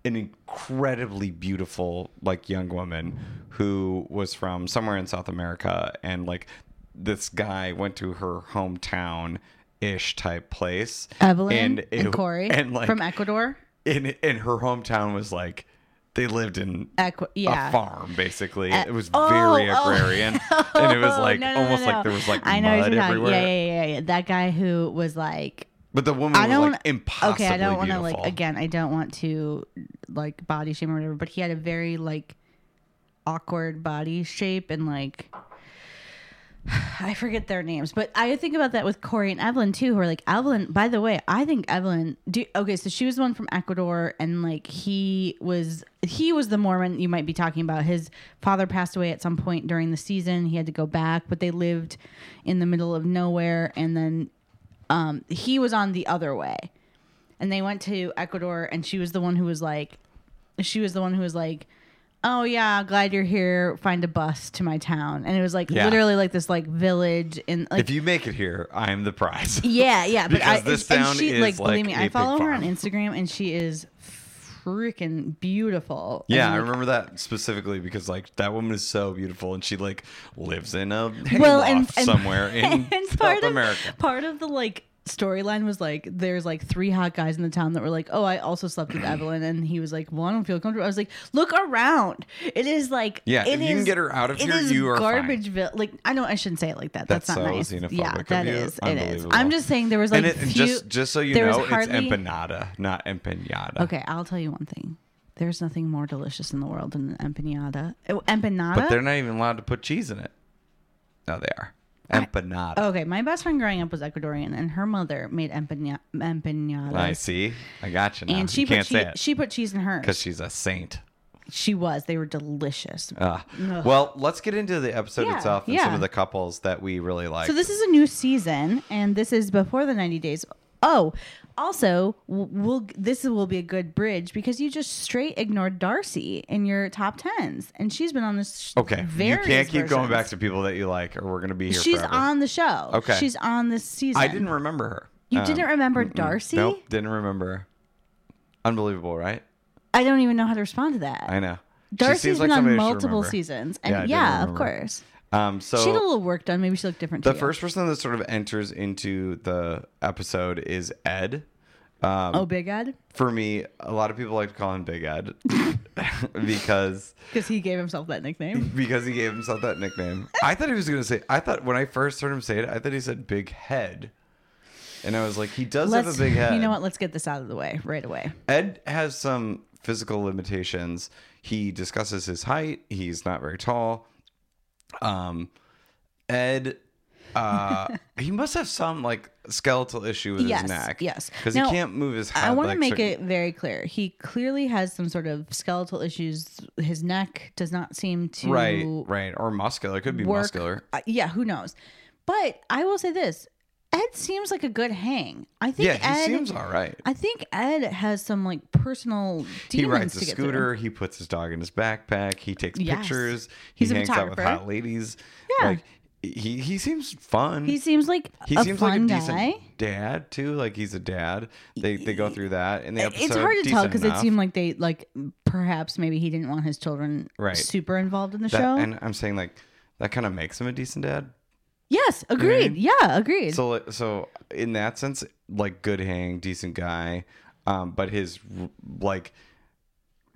Speaker 2: an incredibly beautiful like young woman who was from somewhere in South America, and like this guy went to her hometown ish type place.
Speaker 1: Evelyn and,
Speaker 2: it-
Speaker 1: Corey
Speaker 2: and like
Speaker 1: from Ecuador.
Speaker 2: in in her hometown was like they lived in
Speaker 1: Equ- Uh, yeah.
Speaker 2: a farm basically.
Speaker 1: Uh,
Speaker 2: it was
Speaker 1: oh,
Speaker 2: very
Speaker 1: oh.
Speaker 2: agrarian, and it was
Speaker 1: Oh,
Speaker 2: like
Speaker 1: no, no, no,
Speaker 2: almost
Speaker 1: no.
Speaker 2: like there was like
Speaker 1: I know what
Speaker 2: mud
Speaker 1: you're talking.
Speaker 2: everywhere.
Speaker 1: Yeah, yeah, yeah, yeah. That guy who was like,
Speaker 2: But the woman
Speaker 1: I
Speaker 2: was
Speaker 1: don't.
Speaker 2: like impossibly
Speaker 1: okay, I don't
Speaker 2: want to
Speaker 1: like again. I don't want to like body shame or whatever. But he had a very like awkward body shape and like. I forget their names, but I think about that with Corey and Evelyn too, who are like Evelyn. By the way, I think Evelyn. Do, okay, so she was the one from Ecuador, and like he was, he was the Mormon you might be talking about. His father passed away at some point during the season. He had to go back, but they lived in the middle of nowhere, and then um, he was on the other way, and they went to Ecuador, and she was the one who was like, she was the one who was like. Oh yeah, glad you're here. Find a bus to my town, and it was like
Speaker 2: Yeah.
Speaker 1: literally like this like village in like
Speaker 2: If you make it here, I am the prize.
Speaker 1: yeah, yeah. But
Speaker 2: Because
Speaker 1: I,
Speaker 2: this
Speaker 1: and
Speaker 2: town
Speaker 1: she,
Speaker 2: is
Speaker 1: like, believe
Speaker 2: like
Speaker 1: me,
Speaker 2: a
Speaker 1: I
Speaker 2: pig
Speaker 1: follow her on
Speaker 2: farm.
Speaker 1: Instagram and she is freaking beautiful.
Speaker 2: Yeah, I
Speaker 1: And,
Speaker 2: remember that specifically because like that woman is so beautiful, and she like lives in a hay
Speaker 1: Well, and-
Speaker 2: loft
Speaker 1: and-
Speaker 2: somewhere in
Speaker 1: and part
Speaker 2: South
Speaker 1: of
Speaker 2: America.
Speaker 1: part of the like storyline was like there's like three hot guys in the town that were like, oh, I also slept with Evelyn, and he was like, well, I don't feel comfortable. I was like, look around. It is like
Speaker 2: Yeah,
Speaker 1: it
Speaker 2: if you can
Speaker 1: is-
Speaker 2: get her out of
Speaker 1: it
Speaker 2: here,
Speaker 1: is
Speaker 2: you are fine.
Speaker 1: Garbageville. Like I know I shouldn't say it like that. That's,
Speaker 2: That's
Speaker 1: not
Speaker 2: so
Speaker 1: nice.
Speaker 2: xenophobic
Speaker 1: yeah,
Speaker 2: of
Speaker 1: that
Speaker 2: you.
Speaker 1: is. It is.
Speaker 2: Unbelievable.
Speaker 1: I'm just saying there was like
Speaker 2: and it, and
Speaker 1: few-
Speaker 2: just just so you
Speaker 1: there was
Speaker 2: know,
Speaker 1: hardly-
Speaker 2: it's empanada, not empanada.
Speaker 1: Okay, I'll tell you one thing. There's nothing more delicious in the world than an empanada. Oh, Empanada?
Speaker 2: but they're not even allowed to put cheese in it. No, they are empanada.
Speaker 1: okay, my best friend growing up was Ecuadorian, and her mother made empana- empanadas.
Speaker 2: I see. I got you now.
Speaker 1: And she
Speaker 2: you
Speaker 1: put
Speaker 2: can't say
Speaker 1: che-
Speaker 2: it
Speaker 1: she put cheese in hers.
Speaker 2: because she's a saint.
Speaker 1: She was. They were delicious.
Speaker 2: Uh, well, let's get into the episode
Speaker 1: Yeah,
Speaker 2: itself and some
Speaker 1: yeah.
Speaker 2: of the couples that we really like.
Speaker 1: So this is a new season, and this is before the 90 days. Oh, also, w- we'll this will be a good bridge because you just straight ignored Darcy in your top tens, and she's been on this.
Speaker 2: Okay. You
Speaker 1: various
Speaker 2: can't keep going
Speaker 1: versions.
Speaker 2: back to people that you like, or we're going to be here
Speaker 1: She's
Speaker 2: forever.
Speaker 1: on the show.
Speaker 2: Okay.
Speaker 1: she's on this season.
Speaker 2: I didn't remember her.
Speaker 1: You
Speaker 2: Um,
Speaker 1: didn't remember Darcy?
Speaker 2: Nope. Didn't remember her. Unbelievable, right?
Speaker 1: I don't even know how to respond to that.
Speaker 2: I know. She
Speaker 1: Darcy's
Speaker 2: seems like
Speaker 1: been on
Speaker 2: somebody I should
Speaker 1: multiple
Speaker 2: remember.
Speaker 1: seasons.
Speaker 2: Yeah, I
Speaker 1: And
Speaker 2: didn't
Speaker 1: yeah, of
Speaker 2: remember.
Speaker 1: course.
Speaker 2: Um, so
Speaker 1: she had a little work done. Maybe she looked different
Speaker 2: the
Speaker 1: to you.
Speaker 2: first person that sort of enters into the episode is Ed. Um,
Speaker 1: Oh, Big Ed?
Speaker 2: For me, a lot of people like to call him Big Ed because
Speaker 1: Because he gave himself that nickname.
Speaker 2: because he gave himself that nickname. I thought he was gonna say. I thought when I first heard him say it, I thought he said big head, and I was like, he does
Speaker 1: Let's,
Speaker 2: have a big head.
Speaker 1: You know what? Let's get this out of the way right away.
Speaker 2: Ed has some physical limitations. He discusses his height. He's not very tall. Um, Ed, uh, he must have some like skeletal issue with
Speaker 1: Yes,
Speaker 2: his neck.
Speaker 1: yes.
Speaker 2: because
Speaker 1: Now,
Speaker 2: he can't move his head.
Speaker 1: I want to
Speaker 2: like
Speaker 1: make
Speaker 2: certain-
Speaker 1: it very clear. He clearly has some sort of skeletal issues. His neck does not seem to
Speaker 2: right, right, or muscular. It could be
Speaker 1: work.
Speaker 2: muscular.
Speaker 1: Uh, yeah, who knows? But I will say this Ed seems like a good hang. I think
Speaker 2: Yeah, he
Speaker 1: Ed
Speaker 2: seems all right.
Speaker 1: I think Ed has some like personal demons
Speaker 2: He rides
Speaker 1: to
Speaker 2: a
Speaker 1: get through.
Speaker 2: scooter. He puts his dog in his backpack. He takes
Speaker 1: Yes.
Speaker 2: pictures. He
Speaker 1: He's a
Speaker 2: hangs out with
Speaker 1: photographer.
Speaker 2: hot ladies.
Speaker 1: Yeah.
Speaker 2: Like he he seems fun.
Speaker 1: He seems like
Speaker 2: he
Speaker 1: a
Speaker 2: seems like
Speaker 1: fun
Speaker 2: a
Speaker 1: guy.
Speaker 2: decent dad too. Like he's a dad. They they go through that in the episode.
Speaker 1: it's hard to tell
Speaker 2: decent
Speaker 1: because it
Speaker 2: enough.
Speaker 1: seemed like they like perhaps maybe he didn't want his children
Speaker 2: Right.
Speaker 1: super involved in the
Speaker 2: that,
Speaker 1: show.
Speaker 2: and I'm saying like that kind of makes him a decent dad.
Speaker 1: yes, agreed. Yeah, agreed.
Speaker 2: So like so in that sense, like good hang, decent guy. Um, but his r- like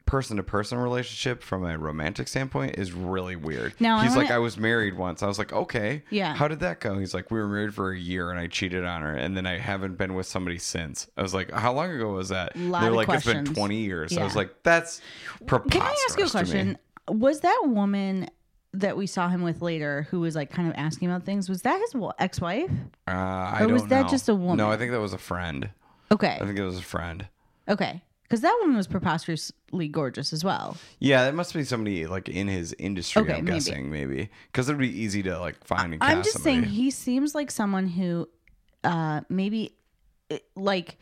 Speaker 2: person to person relationship from a romantic standpoint is really weird.
Speaker 1: Now, I
Speaker 2: he's
Speaker 1: wanna-
Speaker 2: like, I was married once. I was like, okay,
Speaker 1: Yeah.
Speaker 2: How did that go? He's like, we were married for a year and I cheated on her, and then I haven't been with somebody since. I was like, how long ago was that? And
Speaker 1: Lot
Speaker 2: They're
Speaker 1: of
Speaker 2: like, it's been
Speaker 1: questions.
Speaker 2: twenty years. I was
Speaker 1: Yeah.
Speaker 2: like, that's preposterous.
Speaker 1: Can I ask you a
Speaker 2: to me.
Speaker 1: question? Was that woman that we saw him with later, who was like kind of asking about things, was that his wa- ex-wife?
Speaker 2: Uh, I
Speaker 1: Or was
Speaker 2: don't
Speaker 1: that
Speaker 2: know.
Speaker 1: just a woman?
Speaker 2: No, I think that was a friend.
Speaker 1: Okay,
Speaker 2: I think it was a friend.
Speaker 1: okay. Because that one was preposterously gorgeous as well.
Speaker 2: Yeah, that must be somebody like in his industry.
Speaker 1: Okay,
Speaker 2: I'm
Speaker 1: maybe.
Speaker 2: guessing maybe because it'd be easy to like find and
Speaker 1: I'm
Speaker 2: cast
Speaker 1: just
Speaker 2: somebody.
Speaker 1: saying he seems like someone who uh maybe it- like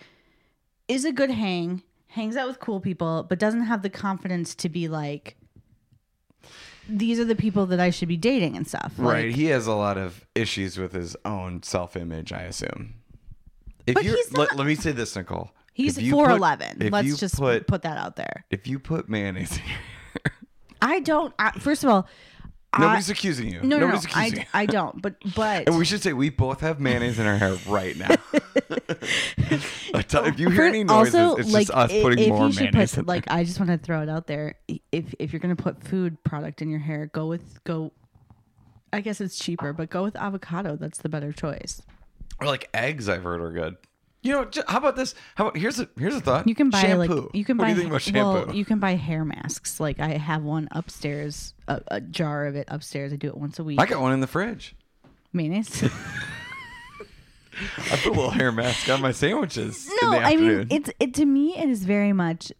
Speaker 1: is a good hang, hangs out with cool people, but doesn't have the confidence to be like these are the people that I should be dating and stuff. Like,
Speaker 2: right. He has a lot of issues with his own self-image. I assume. If
Speaker 1: But
Speaker 2: you
Speaker 1: he's
Speaker 2: let, let me say this, Nicole.
Speaker 1: He's
Speaker 2: If you
Speaker 1: four
Speaker 2: put-
Speaker 1: eleven.
Speaker 2: if you
Speaker 1: Let's just
Speaker 2: put
Speaker 1: put, that out there.
Speaker 2: if you put mayonnaise. in your-
Speaker 1: I don't. I, first of all, I,
Speaker 2: Nobody's accusing you.
Speaker 1: no, no, no.
Speaker 2: Nobody's accusing you.
Speaker 1: I, I don't. But but
Speaker 2: And we should say we both have mayonnaise in our hair right now. A t- if you hear
Speaker 1: For-
Speaker 2: any noises,
Speaker 1: also,
Speaker 2: it's
Speaker 1: like,
Speaker 2: just us
Speaker 1: i-
Speaker 2: putting
Speaker 1: if
Speaker 2: more
Speaker 1: you should
Speaker 2: mayonnaise. in
Speaker 1: Put, like, I just want to throw it out there. I- If if you're gonna put food product in your hair, go with go. I guess it's cheaper, but go with avocado. That's the better choice.
Speaker 2: or like eggs, I've heard are good. You know, ju- how about this? How about here's a here's a thought.
Speaker 1: You can buy
Speaker 2: shampoo.
Speaker 1: like you can
Speaker 2: what
Speaker 1: buy
Speaker 2: do you think about
Speaker 1: ha-
Speaker 2: shampoo?
Speaker 1: well, you can buy hair masks. Like I have one upstairs, a, a jar of it upstairs. I do it once a week.
Speaker 2: I got one in the fridge.
Speaker 1: Mayonnaise.
Speaker 2: I put a little hair mask on my sandwiches. in
Speaker 1: No,
Speaker 2: the
Speaker 1: I mean
Speaker 2: afternoon.
Speaker 1: it's it to me it is very much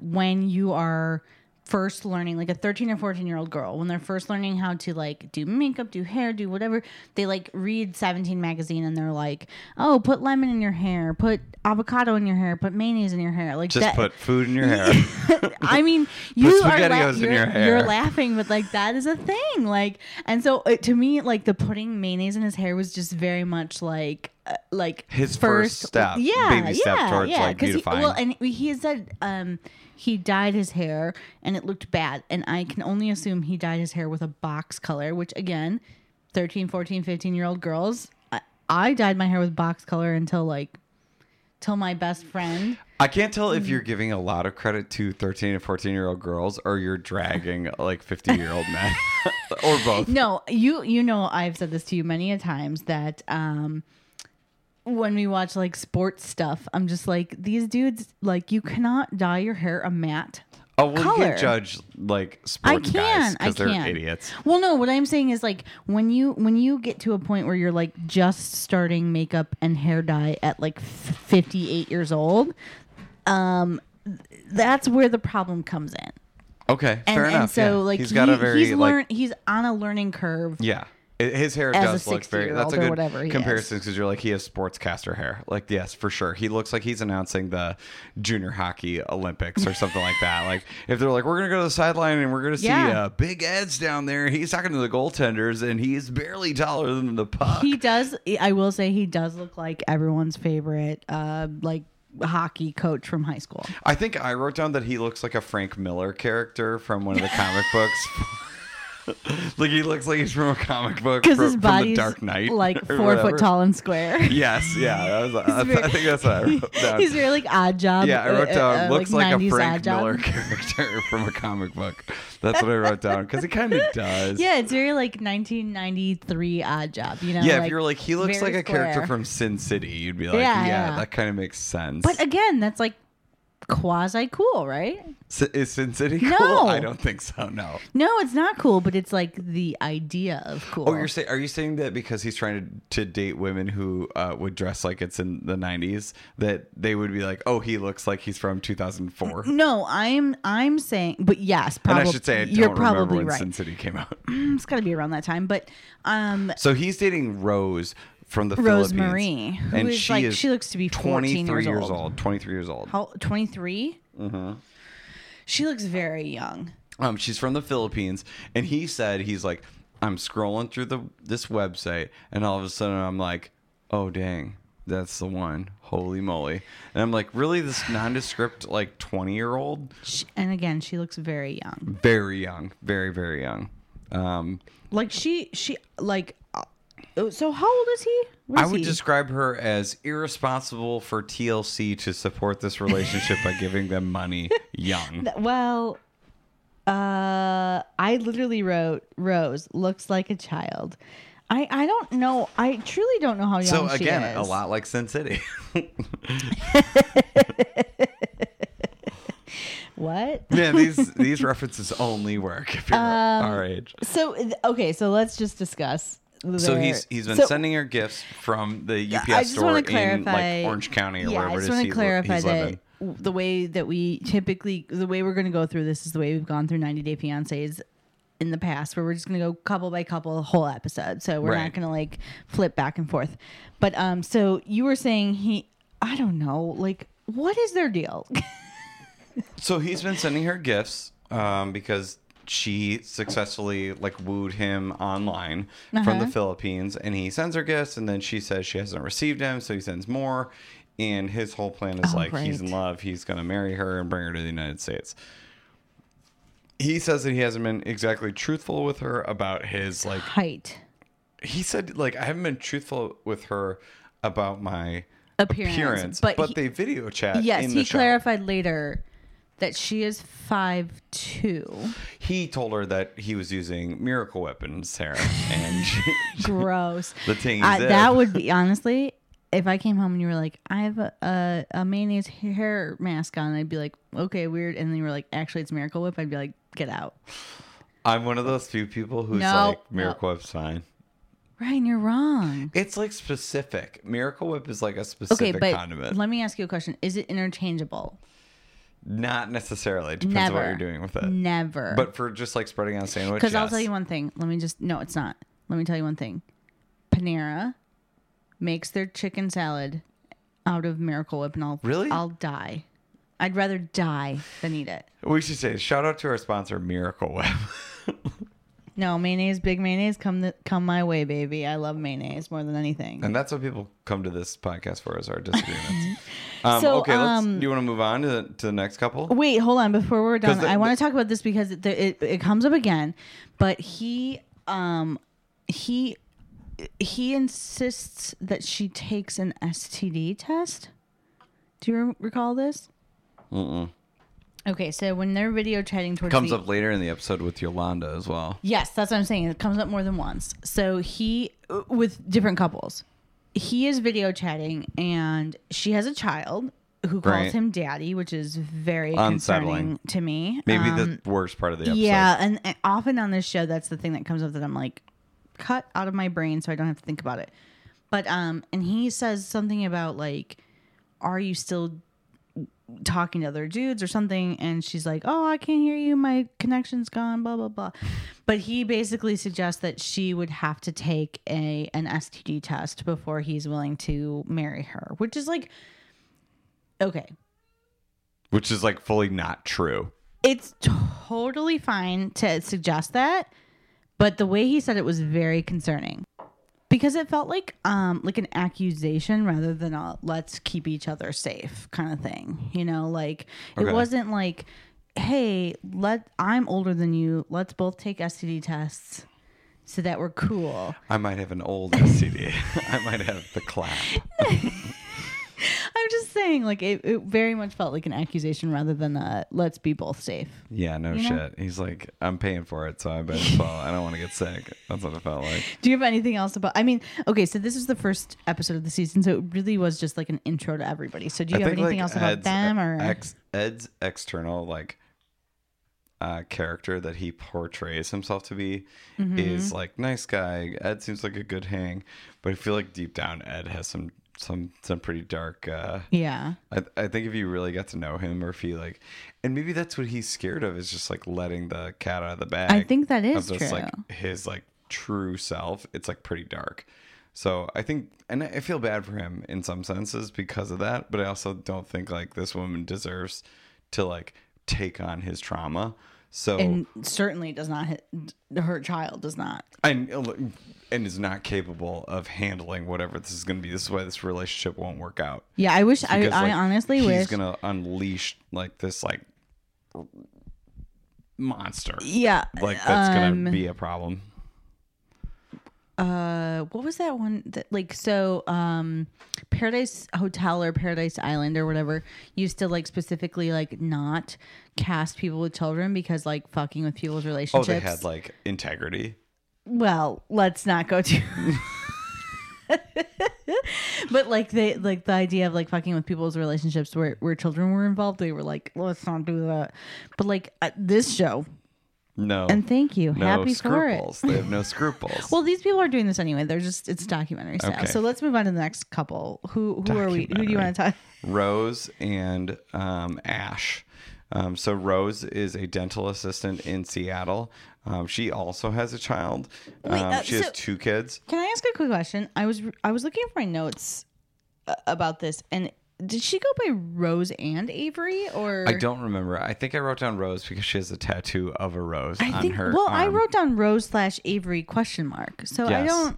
Speaker 1: when you are first learning like a 13 or 14 year old girl when they're first learning how to like do makeup do hair do whatever they like read 17 magazine and they're like oh put lemon in your hair put avocado in your hair put mayonnaise in your hair like
Speaker 2: just
Speaker 1: that
Speaker 2: put food in your hair.
Speaker 1: i mean you are la-
Speaker 2: SpaghettiOs in
Speaker 1: you're,
Speaker 2: your hair.
Speaker 1: you're laughing but like that is a thing like and so it, to me like the putting mayonnaise in his hair was just very much like uh, like
Speaker 2: His first step,
Speaker 1: yeah,
Speaker 2: baby step
Speaker 1: yeah,
Speaker 2: towards,
Speaker 1: yeah,
Speaker 2: like,
Speaker 1: 'cause he-
Speaker 2: beautifying.
Speaker 1: well, and he had said um, he dyed his hair and it looked bad. And I can only assume he dyed his hair with a box color, which again, 13, 14, 15 year old girls, I, I dyed my hair with box color until like, till my best friend.
Speaker 2: I can't tell if you're giving a lot of credit to 13 and 14 year old girls or you're dragging like 50 year old men or both.
Speaker 1: No, you you know I've said this to you many a times that um when we watch like sports stuff, I'm just like these dudes like you cannot dye your hair a matte.
Speaker 2: Oh, well, you
Speaker 1: color.
Speaker 2: can't judge like
Speaker 1: I
Speaker 2: sports guys
Speaker 1: can, I
Speaker 2: because they're
Speaker 1: can.
Speaker 2: idiots.
Speaker 1: Well, no, what I'm saying is like when you when you get to a point where you're like just starting makeup and hair dye at like f- 58 years old, um, th- that's where the problem comes in.
Speaker 2: Okay,
Speaker 1: And,
Speaker 2: fair
Speaker 1: and
Speaker 2: enough.
Speaker 1: so
Speaker 2: yeah.
Speaker 1: like
Speaker 2: he's got
Speaker 1: he-
Speaker 2: a very
Speaker 1: he's
Speaker 2: like
Speaker 1: learn, he's on a learning curve.
Speaker 2: yeah. I- His hair
Speaker 1: As a
Speaker 2: does look very.
Speaker 1: 60-year-old
Speaker 2: That's a
Speaker 1: or
Speaker 2: good
Speaker 1: whatever he is.
Speaker 2: comparison because you're like he has sportscaster hair. Like yes, for sure, he looks like he's announcing the junior hockey Olympics or something like that. Like if they're like we're gonna go to the sideline and we're gonna see
Speaker 1: Yeah.
Speaker 2: uh, big Ed's down there. He's talking to the goaltenders and he is barely taller than the puck.
Speaker 1: He does. I will say he does look like everyone's favorite, uh, like hockey coach from high school.
Speaker 2: I think I wrote down that he looks like a Frank Miller character from one of the comic books. like he looks like he's from a comic book
Speaker 1: Because
Speaker 2: fro-
Speaker 1: his
Speaker 2: from
Speaker 1: body's
Speaker 2: the Dark Knight,
Speaker 1: like
Speaker 2: or
Speaker 1: four
Speaker 2: whatever.
Speaker 1: foot tall and square.
Speaker 2: Yes, yeah. That was, I, th- I
Speaker 1: very-
Speaker 2: think that's what I wrote down.
Speaker 1: He's really like odd job.
Speaker 2: yeah, I wrote
Speaker 1: uh,
Speaker 2: down
Speaker 1: uh,
Speaker 2: looks like, a
Speaker 1: 90s
Speaker 2: Frank
Speaker 1: Odd Job.
Speaker 2: Miller character from a comic book. That's what I wrote down because it kind of does.
Speaker 1: Yeah, it's very like 1993 odd job. You know.
Speaker 2: Yeah, if you're like he looks
Speaker 1: very
Speaker 2: like a character
Speaker 1: square.
Speaker 2: from Sin City, you'd be like, yeah,
Speaker 1: Yeah, yeah.
Speaker 2: that kind of makes sense.
Speaker 1: But again, that's like quasi cool, right?
Speaker 2: S- is Sin City cool?
Speaker 1: No.
Speaker 2: I don't think so. No.
Speaker 1: No, it's not cool, but it's like the idea of cool.
Speaker 2: Oh, you're saying? Are you saying that because he's trying to, to date women who uh, would dress like it's in the '90s, that they would be like, "Oh, he looks like he's from 2004."
Speaker 1: no, I'm I'm saying, but yes,
Speaker 2: and
Speaker 1: probably
Speaker 2: I should say, I don't
Speaker 1: you're
Speaker 2: remember
Speaker 1: probably
Speaker 2: when
Speaker 1: right.
Speaker 2: Sin City came out.
Speaker 1: it's got to be around that time, but um,
Speaker 2: So he's dating Rose from the
Speaker 1: Rosemarie,
Speaker 2: Philippines,
Speaker 1: who is, like- she looks to be 14
Speaker 2: 23
Speaker 1: years
Speaker 2: years
Speaker 1: old.
Speaker 2: old. Twenty three years old.
Speaker 1: how 23? She looks very young.
Speaker 2: Um, she's from the Philippines, and he said he's like, I'm scrolling through the this website, and all of a sudden I'm like, oh dang, that's the one. Holy moly! And I'm like, really, this nondescript like 20 year old,
Speaker 1: She, and again, she looks very young.
Speaker 2: very young, very very young. Um,
Speaker 1: Like she she like uh, so how old is he? What
Speaker 2: I
Speaker 1: is
Speaker 2: would
Speaker 1: he?
Speaker 2: describe her as irresponsible for TLC to support this relationship by giving them money. Young.
Speaker 1: well uh I literally wrote Rose looks like a child. I I don't know. I truly don't know how young
Speaker 2: So
Speaker 1: she
Speaker 2: again,
Speaker 1: is.
Speaker 2: a lot like Sin City.
Speaker 1: What?
Speaker 2: Man, these these references only work if you're
Speaker 1: Um,
Speaker 2: our age.
Speaker 1: So th- okay, so let's just discuss.
Speaker 2: So
Speaker 1: their-
Speaker 2: he's he's been
Speaker 1: so-
Speaker 2: sending her gifts from the UPS
Speaker 1: I just
Speaker 2: store
Speaker 1: wanna
Speaker 2: in like
Speaker 1: clarify-
Speaker 2: Orange County or
Speaker 1: Yeah, I
Speaker 2: wherever
Speaker 1: just
Speaker 2: it is
Speaker 1: wanna
Speaker 2: he,
Speaker 1: clarify
Speaker 2: he's
Speaker 1: that
Speaker 2: living.
Speaker 1: w- the way that we typically, the way we're going to go through this is the way we've gone through 90 Day Fiancés in the past, where we're just going to go couple by couple, whole episode. So we're
Speaker 2: Right.
Speaker 1: not going to like flip back and forth. But um, so you were saying he, I don't know, like what is their deal?
Speaker 2: So he's been sending her gifts um, because she successfully like wooed him online from the
Speaker 1: Uh-huh.
Speaker 2: Philippines, and he sends her gifts, and then she says she hasn't received him, so he sends more. And his whole plan is
Speaker 1: Oh,
Speaker 2: like he's in
Speaker 1: right.
Speaker 2: love, he's gonna marry her and bring her to the United States. He says that he hasn't been exactly truthful with her about his like
Speaker 1: Height.
Speaker 2: he said like I haven't been truthful with her about my appearance,
Speaker 1: Appearance,
Speaker 2: but,
Speaker 1: but he-
Speaker 2: they video chat.
Speaker 1: Yes,
Speaker 2: in
Speaker 1: he
Speaker 2: the show.
Speaker 1: clarified later that she is five two.
Speaker 2: He told her that he was using Miracle Weapons, Sarah, and she,
Speaker 1: Gross.
Speaker 2: the thing
Speaker 1: I,
Speaker 2: is,
Speaker 1: that would be honestly, if I came home and you were like, "I have a, a, a mayonnaise hair mask on," I'd be like, "Okay, weird," and then you were like, "Actually, it's Miracle Whip." I'd be like, "Get out,
Speaker 2: I'm one of those few people who's
Speaker 1: No,
Speaker 2: like
Speaker 1: no.
Speaker 2: Miracle Whip's fine.
Speaker 1: Ryan, you're wrong."
Speaker 2: It's like specific. Miracle Whip is like a
Speaker 1: Okay,
Speaker 2: specific
Speaker 1: but
Speaker 2: condiment,
Speaker 1: let me ask you a question: Is it interchangeable?
Speaker 2: not necessarily. It depends on what
Speaker 1: Never.
Speaker 2: you're doing with it.
Speaker 1: Never.
Speaker 2: But for just like spreading on a sandwich,
Speaker 1: Because I'll
Speaker 2: yes.
Speaker 1: tell you one thing. Let me just no, it's not. Let me tell you one thing. Panera makes their chicken salad out of Miracle Whip, and I'll
Speaker 2: Really?
Speaker 1: I'll die. I'd rather die than eat it.
Speaker 2: we should say shout out to our sponsor, Miracle Whip.
Speaker 1: No mayonnaise, big mayonnaise, come the, come my way, baby. I love mayonnaise more than anything.
Speaker 2: And that's what people come to this podcast for is our disagreements. um,
Speaker 1: So,
Speaker 2: okay, let's,
Speaker 1: um,
Speaker 2: do you want to move on to the, to the next couple?
Speaker 1: Wait, hold on. Before we're
Speaker 2: 'Cause
Speaker 1: done,
Speaker 2: the-
Speaker 1: I want to talk about this because it, it it comes up again. But he, um, he, he insists that she takes an STD test. Do you re- recall this? Mm-mm. Okay, so when they're video chatting towards
Speaker 2: Comes
Speaker 1: the,
Speaker 2: up later in the episode with Yolanda as well.
Speaker 1: Yes, that's what I'm saying. It comes up more than once. So he uh, with different couples. He is video chatting and she has a child who calls
Speaker 2: Right.
Speaker 1: him daddy, which is very
Speaker 2: Unsettling.
Speaker 1: concerning to me.
Speaker 2: Maybe
Speaker 1: Um,
Speaker 2: the worst part of the episode.
Speaker 1: yeah, and, and often on this show that's the thing that comes up that I'm like cut out of my brain so I don't have to think about it. But um and he says something about like are you still talking to other dudes or something and she's like oh i can't hear you my connection's gone blah blah blah but he basically suggests that she would have to take a an std test before he's willing to marry her which is like okay
Speaker 2: which is like fully not true.
Speaker 1: it's totally fine to suggest that but the way he said it was very concerning because it felt like um like an accusation rather than a let's keep each other safe kind of thing you know like
Speaker 2: Okay.
Speaker 1: it wasn't like hey let i'm older than you let's both take std tests so that we're cool
Speaker 2: I might have an old STD. I might have the clap.
Speaker 1: i'm just saying like it, it very much felt like an accusation rather than a let's be both safe
Speaker 2: Yeah, no
Speaker 1: You
Speaker 2: shit.
Speaker 1: know?
Speaker 2: He's like, I'm paying for it, so I better fall. I don't want to get sick. That's what it felt like.
Speaker 1: Do you have anything else about? I mean, okay, so this is the first episode of the season, so it really was just like an intro to everybody. So do you
Speaker 2: I
Speaker 1: have anything else about
Speaker 2: Ed's-
Speaker 1: them or?
Speaker 2: ex, Ed's external like uh, character that he portrays himself to be
Speaker 1: Mm-hmm.
Speaker 2: is like nice guy. Ed seems like a good hang, but I feel like deep down Ed has some some some pretty dark. Uh,
Speaker 1: yeah,
Speaker 2: I, I think if you really got to know him, or if you like, and maybe that's what he's scared of is just like letting the cat out of the bag.
Speaker 1: I think that
Speaker 2: of
Speaker 1: is true.
Speaker 2: just like his like true self. It's like pretty dark. So I think, and I feel bad for him in some senses because of that, but I also don't think like this woman deserves to like take on his trauma. So
Speaker 1: and certainly does not hit, her child does not.
Speaker 2: and uh, and is not capable of handling whatever this is going to be. This is why this relationship won't work out.
Speaker 1: Yeah, I wish. I,
Speaker 2: Because,
Speaker 1: I
Speaker 2: like,
Speaker 1: honestly
Speaker 2: he's
Speaker 1: wish.
Speaker 2: gonna unleash like this like monster.
Speaker 1: yeah,
Speaker 2: Like that's gonna
Speaker 1: um,
Speaker 2: be a problem.
Speaker 1: uh, what was that one that like so um paradise hotel or paradise island or whatever used to like specifically like not cast people with children because like fucking with people's
Speaker 2: Oh,
Speaker 1: relationships
Speaker 2: they had like integrity.
Speaker 1: well let's not go too but like they like the idea of like fucking with people's relationships where where children were involved they were like let's not do that but like uh, this show
Speaker 2: No.
Speaker 1: And thank you.
Speaker 2: no
Speaker 1: Happy
Speaker 2: scruples.
Speaker 1: for it.
Speaker 2: They have no scruples.
Speaker 1: Well, these people are doing this anyway. They're just it's documentary style.
Speaker 2: Okay.
Speaker 1: So let's move on to the next couple. Who who are we? Who do you want to talk?
Speaker 2: Rose and um, Ash. Um, so Rose is a dental assistant in Seattle. Um, she also has a child. Um,
Speaker 1: uh,
Speaker 2: she
Speaker 1: so-
Speaker 2: has two kids.
Speaker 1: Can I ask a quick question? I was I was looking for my notes uh, about this, and did she go by Rose and Avery or
Speaker 2: I don't remember. I think I wrote down Rose because she has a tattoo of a rose
Speaker 1: I
Speaker 2: on
Speaker 1: think.
Speaker 2: her.
Speaker 1: well, I
Speaker 2: arm.
Speaker 1: wrote down Rose slash Avery question mark. So I
Speaker 2: Yes.
Speaker 1: don't.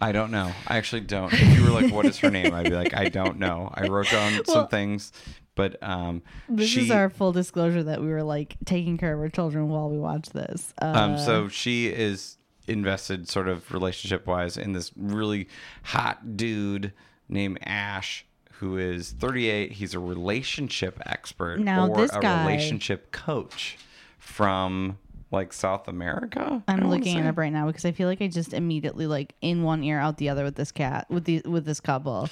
Speaker 2: I don't know. I actually don't. If you were like, "What is her name?" I'd be like, "I don't know." I wrote down
Speaker 1: Well-
Speaker 2: some things, but um,
Speaker 1: This
Speaker 2: she,
Speaker 1: is our full disclosure that we were like taking care of our children while we watched this. Uh,
Speaker 2: Um, so she is invested, sort of relationship wise, in this really hot dude named Ash, who is 38. He's a relationship expert
Speaker 1: Now,
Speaker 2: or
Speaker 1: this
Speaker 2: a
Speaker 1: guy-
Speaker 2: relationship coach from like South America. I
Speaker 1: I'm
Speaker 2: wanna
Speaker 1: looking
Speaker 2: say.
Speaker 1: it up right now because I feel like I just immediately like in one ear out the other with this cat with the with this couple.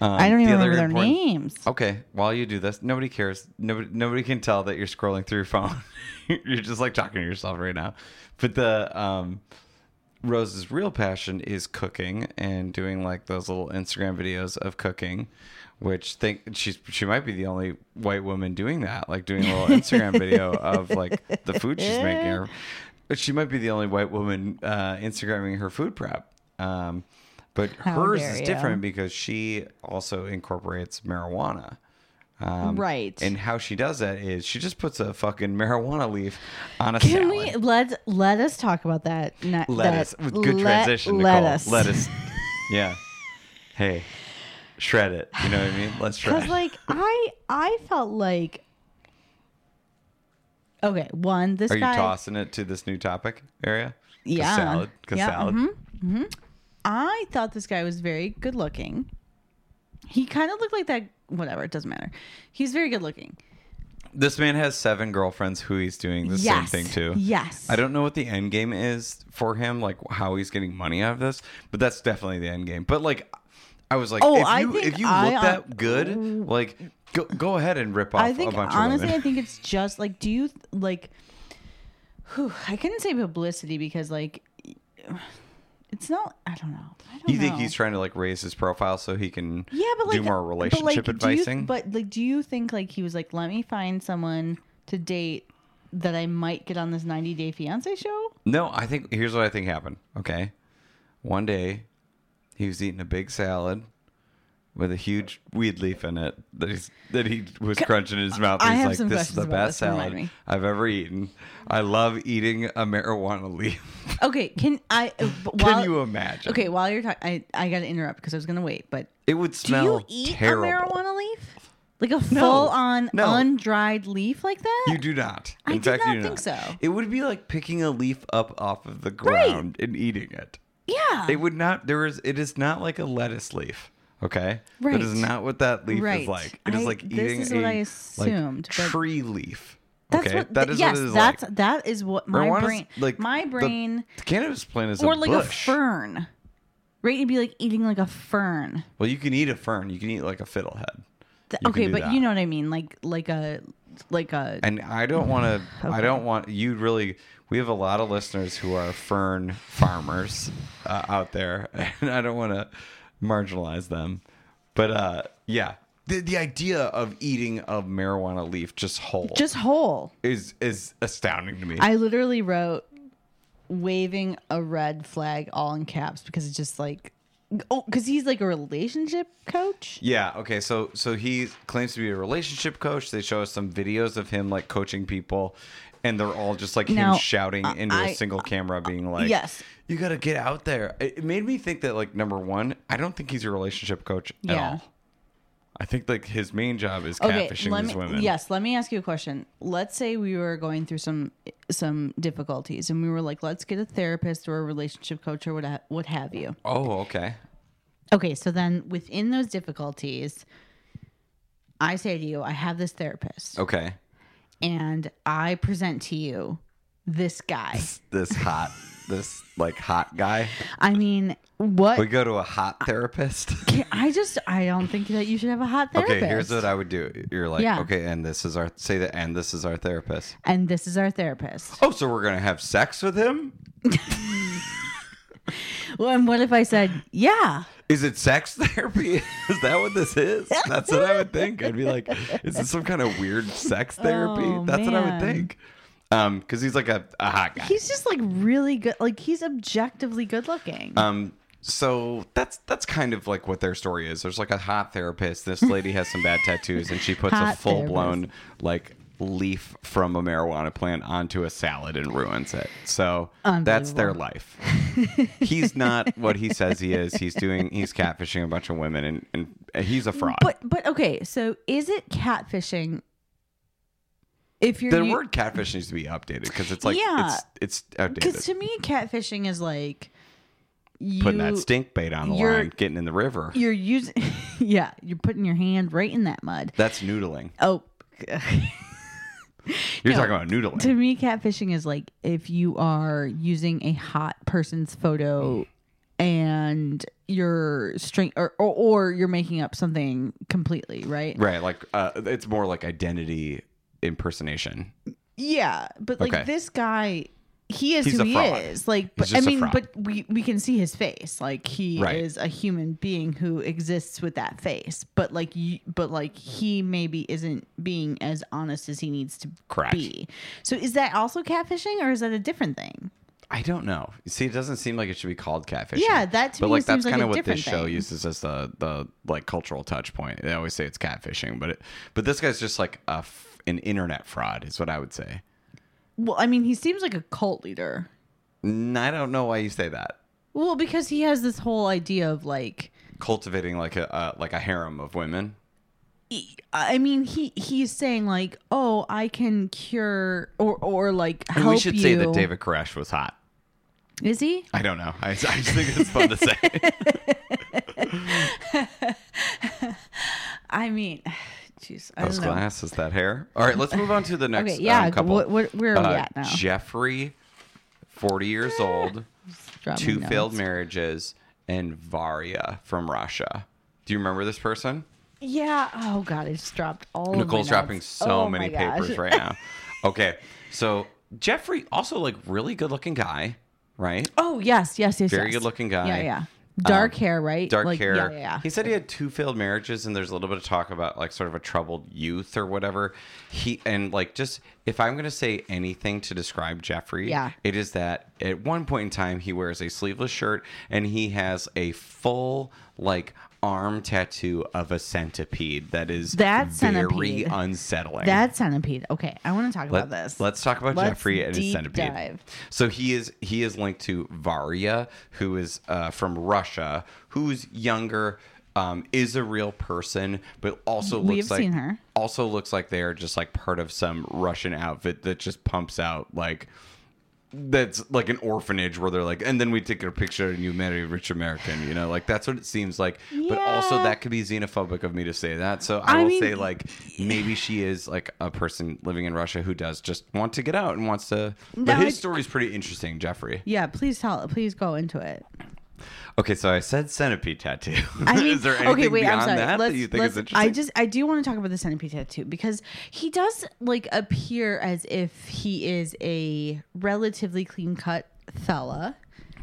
Speaker 1: I don't
Speaker 2: Um, the
Speaker 1: even
Speaker 2: other
Speaker 1: remember their
Speaker 2: important-
Speaker 1: names.
Speaker 2: Okay, while you do this, nobody cares. Nobody, nobody can tell that you're scrolling through your phone. you're just like talking to yourself right now. But the um, Rose's real passion is cooking and doing like those little Instagram videos of cooking, which think she's she might be the only white woman doing that, like doing a little Instagram video of like the food she's making. Or, she might be the only white woman uh, Instagramming her food prep. Um, but
Speaker 1: How
Speaker 2: hers
Speaker 1: dare
Speaker 2: is
Speaker 1: you.
Speaker 2: different because she also incorporates marijuana. um,
Speaker 1: right.
Speaker 2: And how she does that is she just puts a fucking marijuana leaf on a
Speaker 1: Can
Speaker 2: salad.
Speaker 1: we let let us talk about that? Not,
Speaker 2: lettuce.
Speaker 1: that-
Speaker 2: Good
Speaker 1: let-
Speaker 2: transition,
Speaker 1: Let
Speaker 2: Nicole.
Speaker 1: us.
Speaker 2: Lettuce. yeah. Hey, shred it. You know what I mean? Let's shred
Speaker 1: Because
Speaker 2: it.
Speaker 1: like I I felt like okay one this
Speaker 2: Are you
Speaker 1: guy
Speaker 2: tossing it to this new topic area? 'Cause
Speaker 1: Yeah.
Speaker 2: Salad. 'Cause
Speaker 1: Yeah, mm-hmm.
Speaker 2: salad.
Speaker 1: I thought this guy was very good looking. He kind of looked like that. Whatever, it doesn't matter. He's very good looking.
Speaker 2: This man has seven girlfriends who he's doing the
Speaker 1: yes.
Speaker 2: same thing to.
Speaker 1: Yes.
Speaker 2: I don't know what the end game is for him, like how he's getting money out of this, but that's definitely the end game. But like, I was like,
Speaker 1: Oh,
Speaker 2: if you,
Speaker 1: I think
Speaker 2: if you
Speaker 1: I,
Speaker 2: look
Speaker 1: uh,
Speaker 2: that good, like, go, go ahead and rip off
Speaker 1: I think
Speaker 2: a bunch
Speaker 1: honestly,
Speaker 2: of
Speaker 1: I
Speaker 2: women.
Speaker 1: think it's just like, do you th- like? whew, I couldn't say publicity because like, it's not. I don't know. I don't
Speaker 2: you think
Speaker 1: know.
Speaker 2: he's trying to like raise his profile so he can
Speaker 1: yeah, but like
Speaker 2: do more
Speaker 1: but, like,
Speaker 2: relationship
Speaker 1: do you-
Speaker 2: advising?
Speaker 1: but like, do you think like he was like, let me find someone to date that I might get on this ninety day fiance show?
Speaker 2: No, I think here's what I think happened. Okay. One day he was eating a big salad with a huge weed leaf in it that, he's, that he was crunching in his mouth.
Speaker 1: I
Speaker 2: He's
Speaker 1: have
Speaker 2: like,
Speaker 1: some
Speaker 2: this is
Speaker 1: questions
Speaker 2: the
Speaker 1: about
Speaker 2: best
Speaker 1: this. Remind
Speaker 2: salad
Speaker 1: me."
Speaker 2: I've ever eaten. I love eating a marijuana leaf.
Speaker 1: Okay, can I? uh, but
Speaker 2: Can
Speaker 1: while,
Speaker 2: you imagine?
Speaker 1: Okay, while you're talking, I I gotta interrupt because I was gonna wait. But
Speaker 2: It would
Speaker 1: do
Speaker 2: smell
Speaker 1: you eat
Speaker 2: terrible.
Speaker 1: a marijuana leaf? Like a full on
Speaker 2: No.
Speaker 1: undried leaf like that?
Speaker 2: You do not.
Speaker 1: I
Speaker 2: In
Speaker 1: did
Speaker 2: fact,
Speaker 1: not
Speaker 2: you do
Speaker 1: think so.
Speaker 2: It would be like picking a leaf up off of the ground and eating it.
Speaker 1: yeah.
Speaker 2: They would not. There is. It is not like a lettuce leaf. Okay. That is
Speaker 1: Right.
Speaker 2: not what that leaf
Speaker 1: Right.
Speaker 2: is like. It is
Speaker 1: I-
Speaker 2: like
Speaker 1: this
Speaker 2: eating
Speaker 1: is
Speaker 2: a
Speaker 1: what I
Speaker 2: like,
Speaker 1: assumed, but-
Speaker 2: tree leaf.
Speaker 1: That's
Speaker 2: okay.
Speaker 1: what.
Speaker 2: that is
Speaker 1: yes,
Speaker 2: what it is
Speaker 1: that's
Speaker 2: like.
Speaker 1: that is what my
Speaker 2: Marijuana's
Speaker 1: brain. Like my
Speaker 2: the-
Speaker 1: brain,
Speaker 2: The, cannabis plant is
Speaker 1: or
Speaker 2: a
Speaker 1: like a
Speaker 2: bush.
Speaker 1: fern. Right, it'd be like eating like a fern.
Speaker 2: Well, you can eat a fern. You can eat like a fiddlehead.
Speaker 1: Th-
Speaker 2: You can
Speaker 1: okay,
Speaker 2: do
Speaker 1: but
Speaker 2: that.
Speaker 1: you know what I mean, like like a like a.
Speaker 2: And I don't want to.
Speaker 1: Mm,
Speaker 2: I don't want you really. We have a lot of listeners who are fern farmers uh, out there, and I don't want to marginalize them. But uh, yeah, the, the idea of eating a marijuana leaf just whole
Speaker 1: just whole.
Speaker 2: is is astounding to me.
Speaker 1: I literally wrote waving a red flag all in caps because it's just like oh because he's like a relationship coach.
Speaker 2: yeah. Okay. So so he claims to be a relationship coach. They show us some videos of him like coaching people. And they're all just like
Speaker 1: Now,
Speaker 2: him shouting into a
Speaker 1: I- uh,
Speaker 2: single camera, being like,
Speaker 1: yes.
Speaker 2: you gotta get out there." It it made me think that, like, number one, I don't think he's a relationship coach at
Speaker 1: Yeah.
Speaker 2: all. I think like his main job is
Speaker 1: Okay,
Speaker 2: catfishing
Speaker 1: let
Speaker 2: these
Speaker 1: me,
Speaker 2: women.
Speaker 1: yes. Let me ask you a question. Let's say we were going through some some difficulties, and we were like, "Let's get a therapist or a relationship coach or what ha- what have you."
Speaker 2: Oh, okay.
Speaker 1: Okay, so then within those difficulties, I say to you, I have this therapist,
Speaker 2: Okay.
Speaker 1: and I present to you this guy.
Speaker 2: This hot this like hot guy.
Speaker 1: I mean, what?
Speaker 2: We go to a hot therapist.
Speaker 1: Can- I just I don't think that you should have a hot therapist.
Speaker 2: Okay, here's what I would do. You're like,
Speaker 1: Yeah.
Speaker 2: okay, and this is our say that, and this is our therapist.
Speaker 1: and this is our therapist.
Speaker 2: Oh, so we're gonna have sex with him?
Speaker 1: Well, and what if I said, yeah,
Speaker 2: Is it sex therapy? Is that what this is? That's what I would think. I'd be like, is this some kind of weird sex therapy?
Speaker 1: Oh,
Speaker 2: That's what I
Speaker 1: man.
Speaker 2: would think. Um, because he's like a, a hot guy.
Speaker 1: he's just like really good. Like he's objectively good looking.
Speaker 2: Um, so that's that's kind of like what their story is. There's like a hot therapist. This lady has some bad tattoos, and she puts a
Speaker 1: Hot
Speaker 2: full blown like leaf from a marijuana plant onto a salad and ruins it. So that's their life. he's not what he says he is. He's doing he's catfishing a bunch of women, and, and he's a fraud.
Speaker 1: but but okay, so is it catfishing? If you're
Speaker 2: the
Speaker 1: u-
Speaker 2: word catfish needs to be updated because it's like
Speaker 1: Yeah.
Speaker 2: it's it's
Speaker 1: Because
Speaker 2: outdated.
Speaker 1: to me, catfishing is like you,
Speaker 2: Putting that stink bait on the
Speaker 1: you're-
Speaker 2: line, getting in the river.
Speaker 1: You're using, yeah, you're putting your hand right in that mud.
Speaker 2: That's noodling.
Speaker 1: Oh,
Speaker 2: You're
Speaker 1: No.
Speaker 2: talking about noodling.
Speaker 1: to me, catfishing is like if you are using a hot person's photo and you're string or, or or you're making up something completely, right?
Speaker 2: Right, like uh, it's more like identity impersonation.
Speaker 1: Yeah, but like
Speaker 2: Okay.
Speaker 1: this guy, he is
Speaker 2: He's
Speaker 1: who
Speaker 2: a
Speaker 1: he
Speaker 2: fraud.
Speaker 1: is. Like,
Speaker 2: He's
Speaker 1: but, I
Speaker 2: just a
Speaker 1: mean,
Speaker 2: fraud.
Speaker 1: but we we can see his face. Like he
Speaker 2: Right.
Speaker 1: is a human being who exists with that face. But like, you, but like he maybe isn't being as honest as he needs to
Speaker 2: Correct.
Speaker 1: be. So is that also catfishing, or is that a different thing?
Speaker 2: I don't know. See, it doesn't seem like it should be called catfishing.
Speaker 1: Yeah, that to
Speaker 2: but
Speaker 1: me
Speaker 2: like
Speaker 1: seems
Speaker 2: that's
Speaker 1: like
Speaker 2: kind
Speaker 1: a
Speaker 2: of what this
Speaker 1: different
Speaker 2: show
Speaker 1: thing.
Speaker 2: uses as the the like cultural touch point. They always say it's catfishing, but it, but this guy's just like a f- an internet fraud is what I would say.
Speaker 1: Well, I mean, he seems like a cult leader.
Speaker 2: Mm, I don't know why you say that.
Speaker 1: Well, because he has this whole idea of like.
Speaker 2: Cultivating like a uh, like a harem of women.
Speaker 1: E, I mean, he he's saying like, oh, I can cure or or like help
Speaker 2: And we should say that
Speaker 1: you.
Speaker 2: David Koresh was hot.
Speaker 1: Is he?
Speaker 2: I don't know. I, I just think it's fun to say.
Speaker 1: I mean, jeez, I
Speaker 2: Those
Speaker 1: don't know.
Speaker 2: glasses, that hair. All right, let's move on to the next.
Speaker 1: Okay, yeah,
Speaker 2: um, couple.
Speaker 1: what- what- where are we at now?
Speaker 2: Jeffrey, forty years old.
Speaker 1: Drop my
Speaker 2: two
Speaker 1: notes.
Speaker 2: failed marriages, and Varya from Russia. Do you remember this person?
Speaker 1: Yeah. Oh God, I just dropped all.
Speaker 2: Nicole's
Speaker 1: of my notes.
Speaker 2: dropping so
Speaker 1: Oh,
Speaker 2: many
Speaker 1: my gosh.
Speaker 2: papers right now. Okay, so Jeffrey also like really good looking guy, right?
Speaker 1: Oh yes, yes, yes.
Speaker 2: Very
Speaker 1: yes.
Speaker 2: good-looking guy. Um,
Speaker 1: Yeah, yeah. Dark hair, right?
Speaker 2: Dark
Speaker 1: Like,
Speaker 2: hair.
Speaker 1: Yeah, yeah. yeah.
Speaker 2: He said he had two failed marriages, and there's a little bit of talk about like sort of a troubled youth or whatever. He and like just if I'm gonna say anything to describe Jeffrey,
Speaker 1: Yeah.
Speaker 2: it is that at one point in time he wears a sleeveless shirt and he has a full like arm tattoo of a centipede that is
Speaker 1: That
Speaker 2: very
Speaker 1: centipede.
Speaker 2: unsettling.
Speaker 1: That centipede. Okay, I want to talk about
Speaker 2: Let-
Speaker 1: this.
Speaker 2: Let's talk about
Speaker 1: Let's
Speaker 2: Jeffrey and his
Speaker 1: deep
Speaker 2: centipede.
Speaker 1: dive.
Speaker 2: So he is he is linked to Varya, who is uh, from Russia, who's younger, um, is a real person, but also
Speaker 1: We
Speaker 2: looks
Speaker 1: have
Speaker 2: like
Speaker 1: seen her.
Speaker 2: also looks like they are just like part of some Russian outfit that just pumps out like that's like an orphanage where they're like, and then we take a picture and you marry a rich American, you know, like that's what it seems like. But also,
Speaker 1: Yeah.
Speaker 2: that could be xenophobic of me to say that. So I,
Speaker 1: I
Speaker 2: will
Speaker 1: mean-
Speaker 2: say, like, maybe she is like a person living in Russia who does just want to get out and wants to.
Speaker 1: No,
Speaker 2: But his
Speaker 1: I-
Speaker 2: story is pretty interesting, Jeffrey.
Speaker 1: Yeah, please tell. Please go into it.
Speaker 2: Okay, so I said centipede tattoo.
Speaker 1: I mean,
Speaker 2: is there anything
Speaker 1: okay, wait,
Speaker 2: beyond
Speaker 1: I'm sorry.
Speaker 2: that
Speaker 1: let's,
Speaker 2: that you think
Speaker 1: let's,
Speaker 2: is interesting?
Speaker 1: I just, I do want to talk about the centipede tattoo because he does like appear as if he is a relatively clean cut fella.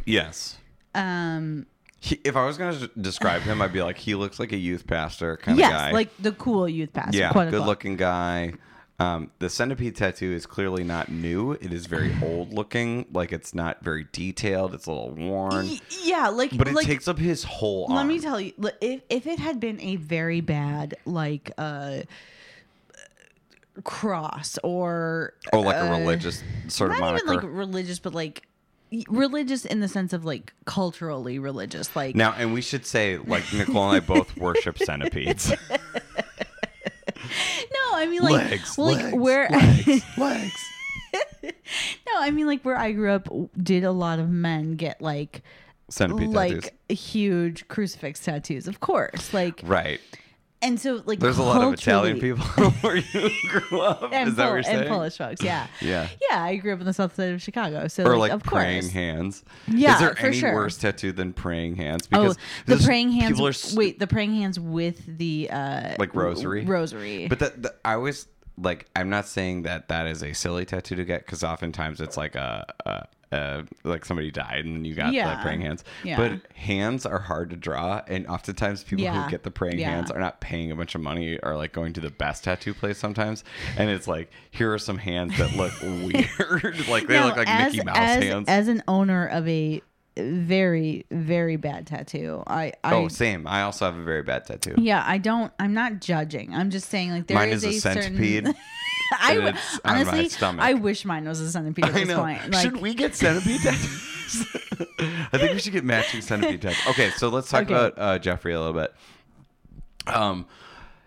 Speaker 2: yes.
Speaker 1: Um,
Speaker 2: He, if I was going to describe him, I'd be like, he looks like a youth pastor kind
Speaker 1: yes,
Speaker 2: of guy.
Speaker 1: like the cool youth pastor.
Speaker 2: yeah,
Speaker 1: quote
Speaker 2: good
Speaker 1: unquote.
Speaker 2: looking guy. Um, the centipede tattoo is clearly not new. It is very old looking. Like it's not very detailed. It's a little worn.
Speaker 1: Y- yeah, like,
Speaker 2: But it
Speaker 1: like,
Speaker 2: takes up his whole arm.
Speaker 1: Let me tell you, li- if if it had been a very bad like uh cross or
Speaker 2: Oh, like a religious sort of
Speaker 1: uh, not
Speaker 2: moniker.
Speaker 1: even like religious, but like y- religious in the sense of like culturally religious, like
Speaker 2: now, and we should say, like Nicole and I both worship centipedes.
Speaker 1: no, I mean like
Speaker 2: legs,
Speaker 1: well, like
Speaker 2: legs,
Speaker 1: where
Speaker 2: legs, legs.
Speaker 1: no, I mean like where I grew up, did a lot of men get like
Speaker 2: Centipede
Speaker 1: like
Speaker 2: tattoos.
Speaker 1: huge crucifix tattoos? Of course, like
Speaker 2: Right.
Speaker 1: And so, like,
Speaker 2: There's a lot of Italian
Speaker 1: culturally-
Speaker 2: people where you grew up.
Speaker 1: and,
Speaker 2: Is that what
Speaker 1: Pol-
Speaker 2: you're saying?
Speaker 1: and Polish folks. Yeah,
Speaker 2: Yeah.
Speaker 1: yeah. I grew up in the south side of Chicago, so
Speaker 2: Or
Speaker 1: like,
Speaker 2: like,
Speaker 1: of
Speaker 2: praying
Speaker 1: course.
Speaker 2: hands.
Speaker 1: Yeah,
Speaker 2: Is there
Speaker 1: for
Speaker 2: any
Speaker 1: sure.
Speaker 2: worse tattoo than praying hands?
Speaker 1: Oh, the
Speaker 2: there's-
Speaker 1: praying hands.
Speaker 2: people are s-
Speaker 1: wait, the praying hands with the uh,
Speaker 2: Like rosary?
Speaker 1: Rosary.
Speaker 2: But that, that- I always like. I'm not saying that that is a silly tattoo to get because oftentimes it's like a, a, a like somebody died and you got
Speaker 1: Yeah.
Speaker 2: the praying hands.
Speaker 1: Yeah.
Speaker 2: But hands are hard to draw, and oftentimes people
Speaker 1: Yeah.
Speaker 2: who get the praying
Speaker 1: Yeah.
Speaker 2: hands are not paying a bunch of money or like going to the best tattoo place sometimes. And it's like here are some hands that look weird, like they
Speaker 1: Now,
Speaker 2: look like
Speaker 1: as,
Speaker 2: Mickey Mouse
Speaker 1: as,
Speaker 2: hands.
Speaker 1: As an owner of a very very bad tattoo, I, I
Speaker 2: oh, same. I also have a very bad tattoo.
Speaker 1: yeah, I don't. I'm not judging. I'm just saying like there
Speaker 2: Mine is a
Speaker 1: certain-
Speaker 2: centipede.
Speaker 1: I
Speaker 2: and
Speaker 1: would-
Speaker 2: it's on my
Speaker 1: honestly,
Speaker 2: stomach.
Speaker 1: I wish mine was a centipede at
Speaker 2: I
Speaker 1: this
Speaker 2: know.
Speaker 1: point. Like,
Speaker 2: should we get centipede tattoos? I think we should get matching centipede tattoos. Okay, so let's talk
Speaker 1: Okay.
Speaker 2: about uh, Jeffrey a little bit. Um,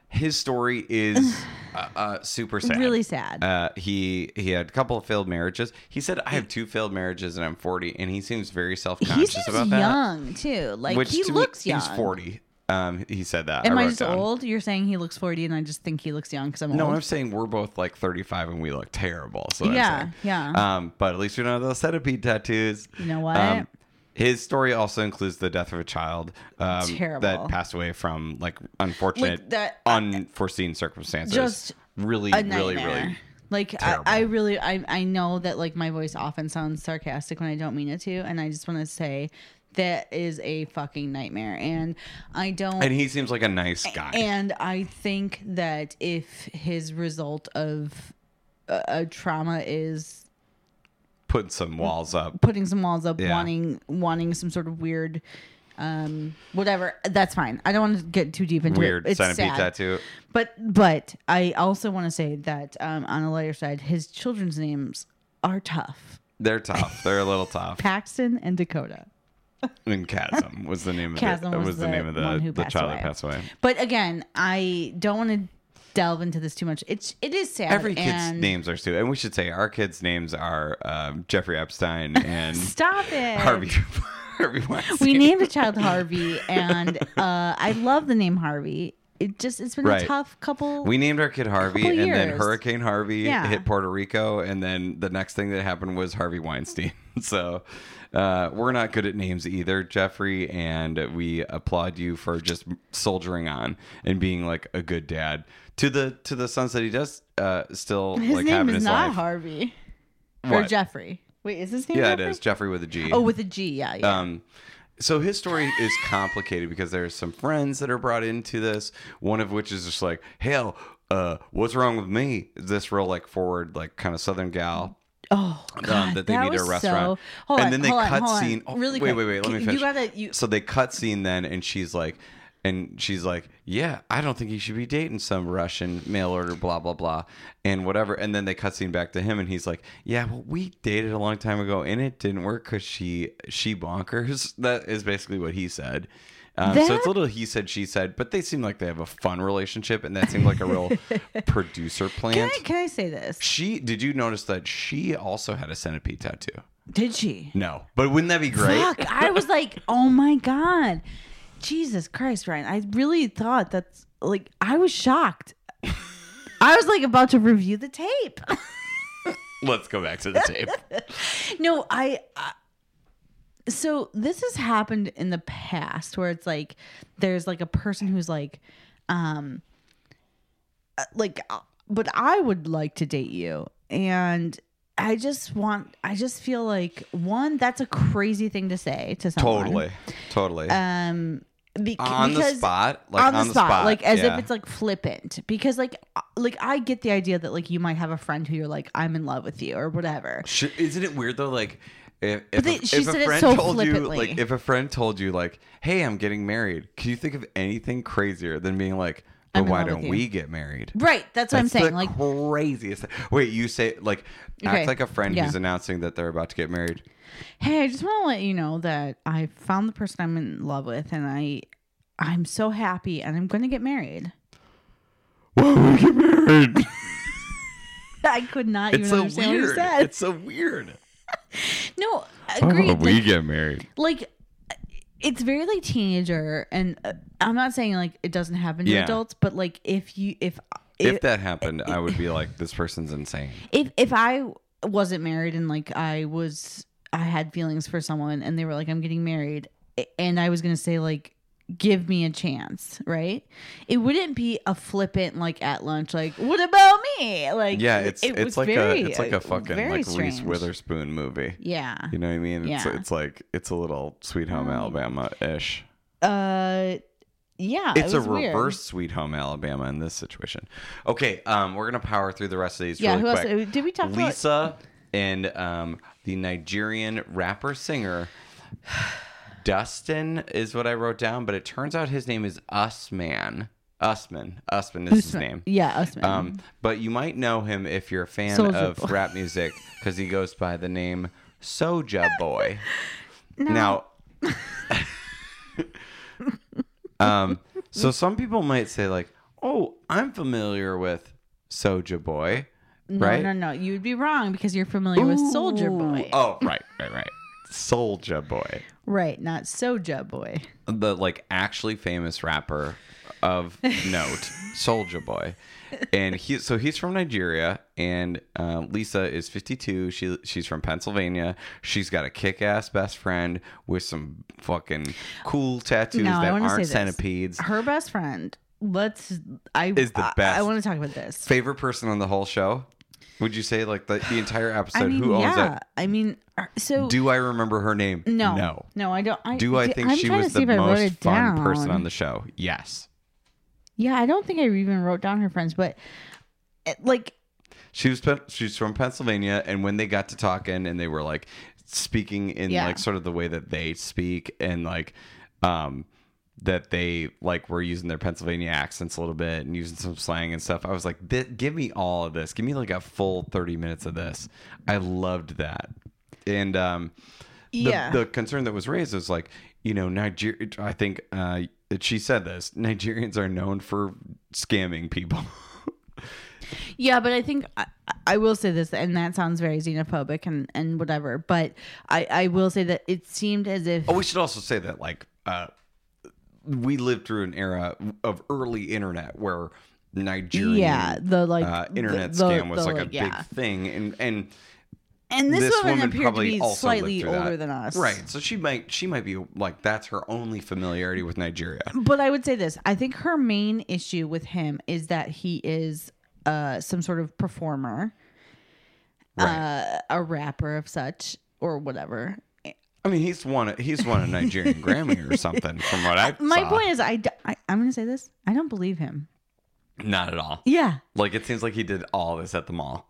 Speaker 2: his story is uh, uh, super sad.
Speaker 1: Really sad.
Speaker 2: Uh, he he had a couple of failed marriages. He said, "I have two failed marriages, and I'm 40." And he seems very self
Speaker 1: He
Speaker 2: conscious
Speaker 1: seems
Speaker 2: about that.
Speaker 1: young too. Like
Speaker 2: which
Speaker 1: he
Speaker 2: to me-
Speaker 1: looks young.
Speaker 2: He's 40. Um, he said that.
Speaker 1: Am
Speaker 2: I
Speaker 1: I,
Speaker 2: wrote
Speaker 1: just
Speaker 2: down.
Speaker 1: old? You're saying he looks 40, and I just think he looks young because I'm
Speaker 2: No,
Speaker 1: old.
Speaker 2: I'm saying we're both like 35 and we look terrible. So that's
Speaker 1: Yeah,
Speaker 2: it.
Speaker 1: yeah.
Speaker 2: Um, but at least we don't have those centipede tattoos. Um,
Speaker 1: You know what?
Speaker 2: his story also includes the death of a child um,
Speaker 1: Terrible.
Speaker 2: that passed away from like unfortunate,
Speaker 1: Like, that- uh,
Speaker 2: unforeseen circumstances.
Speaker 1: Just
Speaker 2: really,
Speaker 1: a
Speaker 2: really,
Speaker 1: nightmare.
Speaker 2: really.
Speaker 1: like I,
Speaker 2: terrible.
Speaker 1: I really I, I know that like my voice often sounds sarcastic when i don't mean it to and i just want to say that is a fucking nightmare and i don't
Speaker 2: And he seems like a nice guy.
Speaker 1: And I think that if his result of a, a trauma is
Speaker 2: Put some walls up.
Speaker 1: putting some walls up,
Speaker 2: Yeah.
Speaker 1: wanting wanting some sort of weird, um, whatever, that's fine. I don't want to get too deep into
Speaker 2: Weird
Speaker 1: it. It's
Speaker 2: centipede
Speaker 1: sad.
Speaker 2: tattoo.
Speaker 1: But but I also want to say that um, on a lighter side, his children's names are tough:
Speaker 2: They're tough. They're a little tough.
Speaker 1: Paxton and Dakota.
Speaker 2: And Chasm was the name of
Speaker 1: Chasm
Speaker 2: the,
Speaker 1: was
Speaker 2: was the,
Speaker 1: the
Speaker 2: name of the,
Speaker 1: one who
Speaker 2: the
Speaker 1: passed
Speaker 2: child
Speaker 1: away.
Speaker 2: that passed away.
Speaker 1: But again, I don't want to delve into this too much. It's it is sad.
Speaker 2: Every kid's
Speaker 1: and-
Speaker 2: names are stupid. And we should say our kids' names are um, Jeffrey Epstein and
Speaker 1: Stop it,
Speaker 2: Harvey Harvey Weinstein.
Speaker 1: we named a child Harvey, and uh, I love the name Harvey. It just it's been
Speaker 2: Right.
Speaker 1: a tough couple.
Speaker 2: We named our kid Harvey,
Speaker 1: Couple
Speaker 2: and then
Speaker 1: years.
Speaker 2: Hurricane Harvey
Speaker 1: Yeah.
Speaker 2: hit Puerto Rico, and then the next thing that happened was Harvey Weinstein. So uh, we're not good at names either, Jeffrey, and we applaud you for just soldiering on and being like a good dad to the to the sons that he does uh, still
Speaker 1: his
Speaker 2: like have
Speaker 1: name is
Speaker 2: in his
Speaker 1: not
Speaker 2: life.
Speaker 1: Harvey or
Speaker 2: What?
Speaker 1: Jeffrey. Wait, is his name?
Speaker 2: Yeah, it
Speaker 1: Jeffrey?
Speaker 2: is Jeffrey with a G.
Speaker 1: Oh, with a G. Yeah, yeah.
Speaker 2: Um, so his story is complicated because there's some friends that are brought into this. One of which is just like, "Hell, uh, what's wrong with me?" This real like forward, like kind of southern gal.
Speaker 1: oh, God,
Speaker 2: Um, that they meet at a
Speaker 1: was
Speaker 2: restaurant,
Speaker 1: So, hold
Speaker 2: and
Speaker 1: on,
Speaker 2: then they
Speaker 1: hold on,
Speaker 2: cut
Speaker 1: hold on.
Speaker 2: scene. oh,
Speaker 1: really
Speaker 2: wait,
Speaker 1: quick.
Speaker 2: wait, wait. Let me
Speaker 1: You
Speaker 2: finish.
Speaker 1: gotta- you-
Speaker 2: So they cut scene then, and she's like, and she's like, yeah, I don't think he should be dating some Russian mail order, blah blah blah, and whatever. And then they cut scene back to him, and he's like, yeah, well, we dated a long time ago, and it didn't work because she she bonkers. That is basically what he said. Um, so it's
Speaker 1: That-
Speaker 2: a little he said she said, but they seem like they have a fun relationship, and that seemed like a real producer
Speaker 1: Can
Speaker 2: plant.
Speaker 1: I, can I say this?
Speaker 2: She did you notice that she also had a centipede tattoo?
Speaker 1: Did she?
Speaker 2: No, but wouldn't that be great?
Speaker 1: Fuck! I was like, oh my god, Jesus Christ, Ryan! I really thought that's like I was shocked. I was like about to review the tape.
Speaker 2: Let's go back to the tape.
Speaker 1: no, I. I so this has happened in the past where it's like there's like a person who's like, um, uh, like, uh, but I would like to date you, and I just want, I just feel like one, that's a crazy thing to say to someone.
Speaker 2: totally, totally.
Speaker 1: um bec-
Speaker 2: on the
Speaker 1: because
Speaker 2: spot, like
Speaker 1: on the, spot, like as
Speaker 2: yeah.
Speaker 1: if it's like flippant because like uh, like i get the idea that like you might have a friend who you're like i'm in love with you or whatever
Speaker 2: Sh- isn't it weird though? Like, if if,
Speaker 1: they-
Speaker 2: a,
Speaker 1: she
Speaker 2: if
Speaker 1: said
Speaker 2: a
Speaker 1: it
Speaker 2: friend
Speaker 1: so
Speaker 2: told you,
Speaker 1: flippantly.
Speaker 2: like, if a friend told you, like, hey, I'm getting married, can you think of anything crazier than being like, but
Speaker 1: I'm in
Speaker 2: why
Speaker 1: love with
Speaker 2: don't
Speaker 1: you.
Speaker 2: we get married?
Speaker 1: right that's what i'm
Speaker 2: That's
Speaker 1: saying
Speaker 2: the
Speaker 1: like
Speaker 2: craziest. Thing. Wait, you say like
Speaker 1: Okay,
Speaker 2: act like a friend
Speaker 1: yeah.
Speaker 2: who's announcing that they're about to get married.
Speaker 1: hey i just want to let you know that i found the person i'm in love with and i i'm so happy and i'm gonna get married
Speaker 2: Why don't we get married?
Speaker 1: i could not even
Speaker 2: It's so
Speaker 1: understand what you
Speaker 2: weird.
Speaker 1: said
Speaker 2: It's so weird.
Speaker 1: no agreed like,
Speaker 2: get married.
Speaker 1: like it's very like teenager, and uh, I'm not saying like it doesn't happen to
Speaker 2: Yeah.
Speaker 1: adults, but like if you if
Speaker 2: If that happened, I would be like, this person's insane.
Speaker 1: if if I wasn't married and like I was I had feelings for someone and they were like I'm getting married a- and I was going to say like give me a chance, right? It wouldn't be a flippant like at lunch like what about me? Like
Speaker 2: Yeah, it's
Speaker 1: it was
Speaker 2: it's like
Speaker 1: very,
Speaker 2: a it's like
Speaker 1: uh,
Speaker 2: a fucking
Speaker 1: very
Speaker 2: like Reese
Speaker 1: strange.
Speaker 2: Witherspoon movie.
Speaker 1: Yeah.
Speaker 2: You know what I mean? It's
Speaker 1: Yeah.
Speaker 2: it's like it's a little Sweet Home Alabama ish.
Speaker 1: Uh yeah, it
Speaker 2: It's a
Speaker 1: was weird.
Speaker 2: reverse Sweet Home Alabama in this situation. Okay, um, we're gonna power through the rest of these.
Speaker 1: Yeah,
Speaker 2: really
Speaker 1: who
Speaker 2: quick.
Speaker 1: else did we talk about?
Speaker 2: Lisa and um, the Nigerian rapper singer Dustin is what I wrote down, but it turns out his name is Usman. Usman. Usman is his name.
Speaker 1: Yeah, us men.
Speaker 2: Um, but you might know him if you're a fan
Speaker 1: Soulja
Speaker 2: of
Speaker 1: Boy.
Speaker 2: rap music because he goes by the name Soja Boy. Now, um, so some people might say like, "Oh, I'm familiar with Soja Boy."
Speaker 1: no,
Speaker 2: right?
Speaker 1: no, no. You'd be wrong because you're familiar with Soldier Boy.
Speaker 2: Oh, right, right, right. Soldier Boy,
Speaker 1: Right, not Soja Boy.
Speaker 2: the like actually famous rapper of note, Soldier Boy, and he so he's from Nigeria, and uh, Lisa is fifty two. She she's from Pennsylvania. She's got a kick ass best friend with some fucking cool tattoos
Speaker 1: No, I
Speaker 2: that
Speaker 1: wanna say
Speaker 2: aren't
Speaker 1: this.
Speaker 2: centipedes.
Speaker 1: her best friend let's i
Speaker 2: Is the
Speaker 1: I-
Speaker 2: best.
Speaker 1: i, want to talk about this
Speaker 2: Favorite person on the whole show? Would you say like the, the entire episode?
Speaker 1: i mean
Speaker 2: who owns
Speaker 1: yeah
Speaker 2: it?
Speaker 1: i mean er, so
Speaker 2: Do I remember her name?
Speaker 1: no
Speaker 2: No.
Speaker 1: no i don't I,
Speaker 2: Do I
Speaker 1: see,
Speaker 2: think
Speaker 1: I'm
Speaker 2: she
Speaker 1: trying to
Speaker 2: was
Speaker 1: see
Speaker 2: the
Speaker 1: if I wrote
Speaker 2: most
Speaker 1: it
Speaker 2: fun
Speaker 1: down.
Speaker 2: person on the show? Yes.
Speaker 1: yeah i don't think i even wrote down her friends but eh, like
Speaker 2: She was Pen- she's from Pennsylvania, and when they got to talking, and they were like speaking in
Speaker 1: Yeah.
Speaker 2: like sort of the way that they speak, and like um that they like were using their Pennsylvania accents a little bit and using some slang and stuff. I was like, "Thi- give me all of this. Give me like a full thirty minutes of this. I loved that, and um, the,
Speaker 1: Yeah.
Speaker 2: the concern that was raised is like, you know, Nigeria. I think uh, she said this. Nigerians are known for scamming people.
Speaker 1: yeah but i think I, I will say this and that sounds very xenophobic and and whatever but i i will say that it seemed as if
Speaker 2: Oh, we should also say that like uh, we lived through an era of early internet where Nigerian
Speaker 1: yeah the like
Speaker 2: uh, internet
Speaker 1: the- the-
Speaker 2: scam was
Speaker 1: the,
Speaker 2: like a big
Speaker 1: yeah.
Speaker 2: thing, and and
Speaker 1: and this,
Speaker 2: this
Speaker 1: woman,
Speaker 2: woman
Speaker 1: appeared to
Speaker 2: probably
Speaker 1: be
Speaker 2: also lived
Speaker 1: slightly
Speaker 2: through that.
Speaker 1: older than us
Speaker 2: right, so she might she might be like that's her only familiarity with Nigeria.
Speaker 1: But I would say this. I think her main issue with him is that he is uh, some sort of performer, uh, a rapper of such or whatever.
Speaker 2: I mean, he's won he's won a Nigerian Grammy or something, from what I
Speaker 1: Uh, My
Speaker 2: saw.
Speaker 1: point is, I, d- I am gonna say this. I don't believe him.
Speaker 2: Not at all.
Speaker 1: Yeah,
Speaker 2: Like it seems like he did all this at the mall.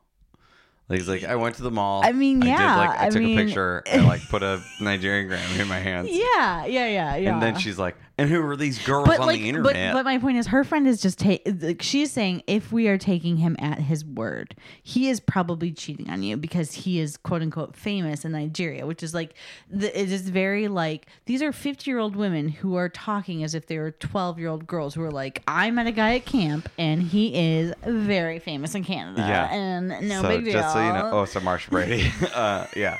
Speaker 2: Like he's like, I went to the mall.
Speaker 1: I mean, yeah,
Speaker 2: I did like I,
Speaker 1: I
Speaker 2: took
Speaker 1: mean-
Speaker 2: a picture. I like put a Nigerian Grammy in my hands.
Speaker 1: yeah, yeah, yeah, yeah.
Speaker 2: And then she's like, and who are these girls
Speaker 1: but
Speaker 2: on
Speaker 1: like,
Speaker 2: the
Speaker 1: but,
Speaker 2: internet?
Speaker 1: but my point is, her friend is just ta- like she's saying if we are taking him at his word, he is probably cheating on you because he is quote unquote famous in Nigeria, which is like the, it is very like these are fifty year old women who are talking as if they were twelve year old girls who are like, I met a guy at camp and he is very famous in Canada,
Speaker 2: Yeah.
Speaker 1: and no
Speaker 2: so
Speaker 1: big deal.
Speaker 2: just so you know, oh, so Marsha Brady. uh, yeah.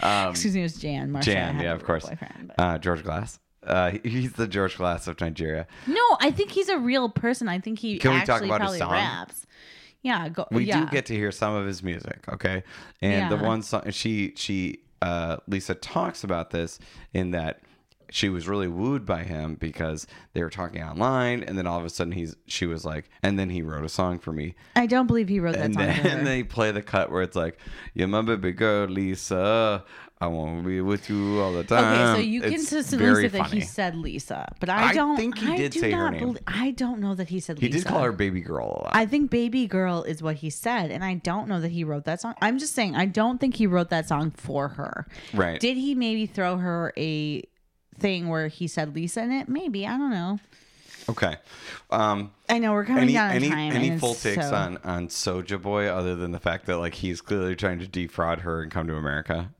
Speaker 2: Um,
Speaker 1: Excuse me, it was Jan. Marsha
Speaker 2: Jan,
Speaker 1: had
Speaker 2: yeah,
Speaker 1: a
Speaker 2: of course.
Speaker 1: boyfriend, but-
Speaker 2: Uh, George Glass. Uh, he- he's the George Glass of Nigeria.
Speaker 1: No, I think he's a real person. I think he
Speaker 2: Can we
Speaker 1: actually
Speaker 2: talk about
Speaker 1: probably
Speaker 2: his song?
Speaker 1: raps. Yeah, go,
Speaker 2: We
Speaker 1: yeah.
Speaker 2: do get to hear some of his music, okay? And the
Speaker 1: Yeah.
Speaker 2: one song she she uh, Lisa talks about this in that she was really wooed by him because they were talking online, and then all of a sudden he's she was like, and then he wrote a song for me.
Speaker 1: I don't believe he wrote that
Speaker 2: and
Speaker 1: song.
Speaker 2: then
Speaker 1: for her.
Speaker 2: they play the cut where it's like, "You're my baby girl, Lisa. I want to be with you all the time."
Speaker 1: okay, so you
Speaker 2: um, It's
Speaker 1: consistently
Speaker 2: very
Speaker 1: said that he
Speaker 2: funny.
Speaker 1: said Lisa, but I
Speaker 2: I
Speaker 1: don't
Speaker 2: think he
Speaker 1: I
Speaker 2: did
Speaker 1: do
Speaker 2: say her
Speaker 1: not
Speaker 2: name.
Speaker 1: belie- I don't know that he said
Speaker 2: He
Speaker 1: Lisa.
Speaker 2: did call her baby girl a lot.
Speaker 1: I think "Baby Girl" is what he said, and I don't know that he wrote that song. I'm just saying I don't think he wrote that song for her.
Speaker 2: right?
Speaker 1: Did he maybe throw her a thing where he said Lisa in it? Maybe I don't know.
Speaker 2: okay. Um,
Speaker 1: I know we're coming
Speaker 2: any
Speaker 1: down on
Speaker 2: any
Speaker 1: time. and
Speaker 2: any
Speaker 1: it's
Speaker 2: full takes
Speaker 1: so-
Speaker 2: on on Soja Boy other than the fact that like he's clearly trying to defraud her and come to America?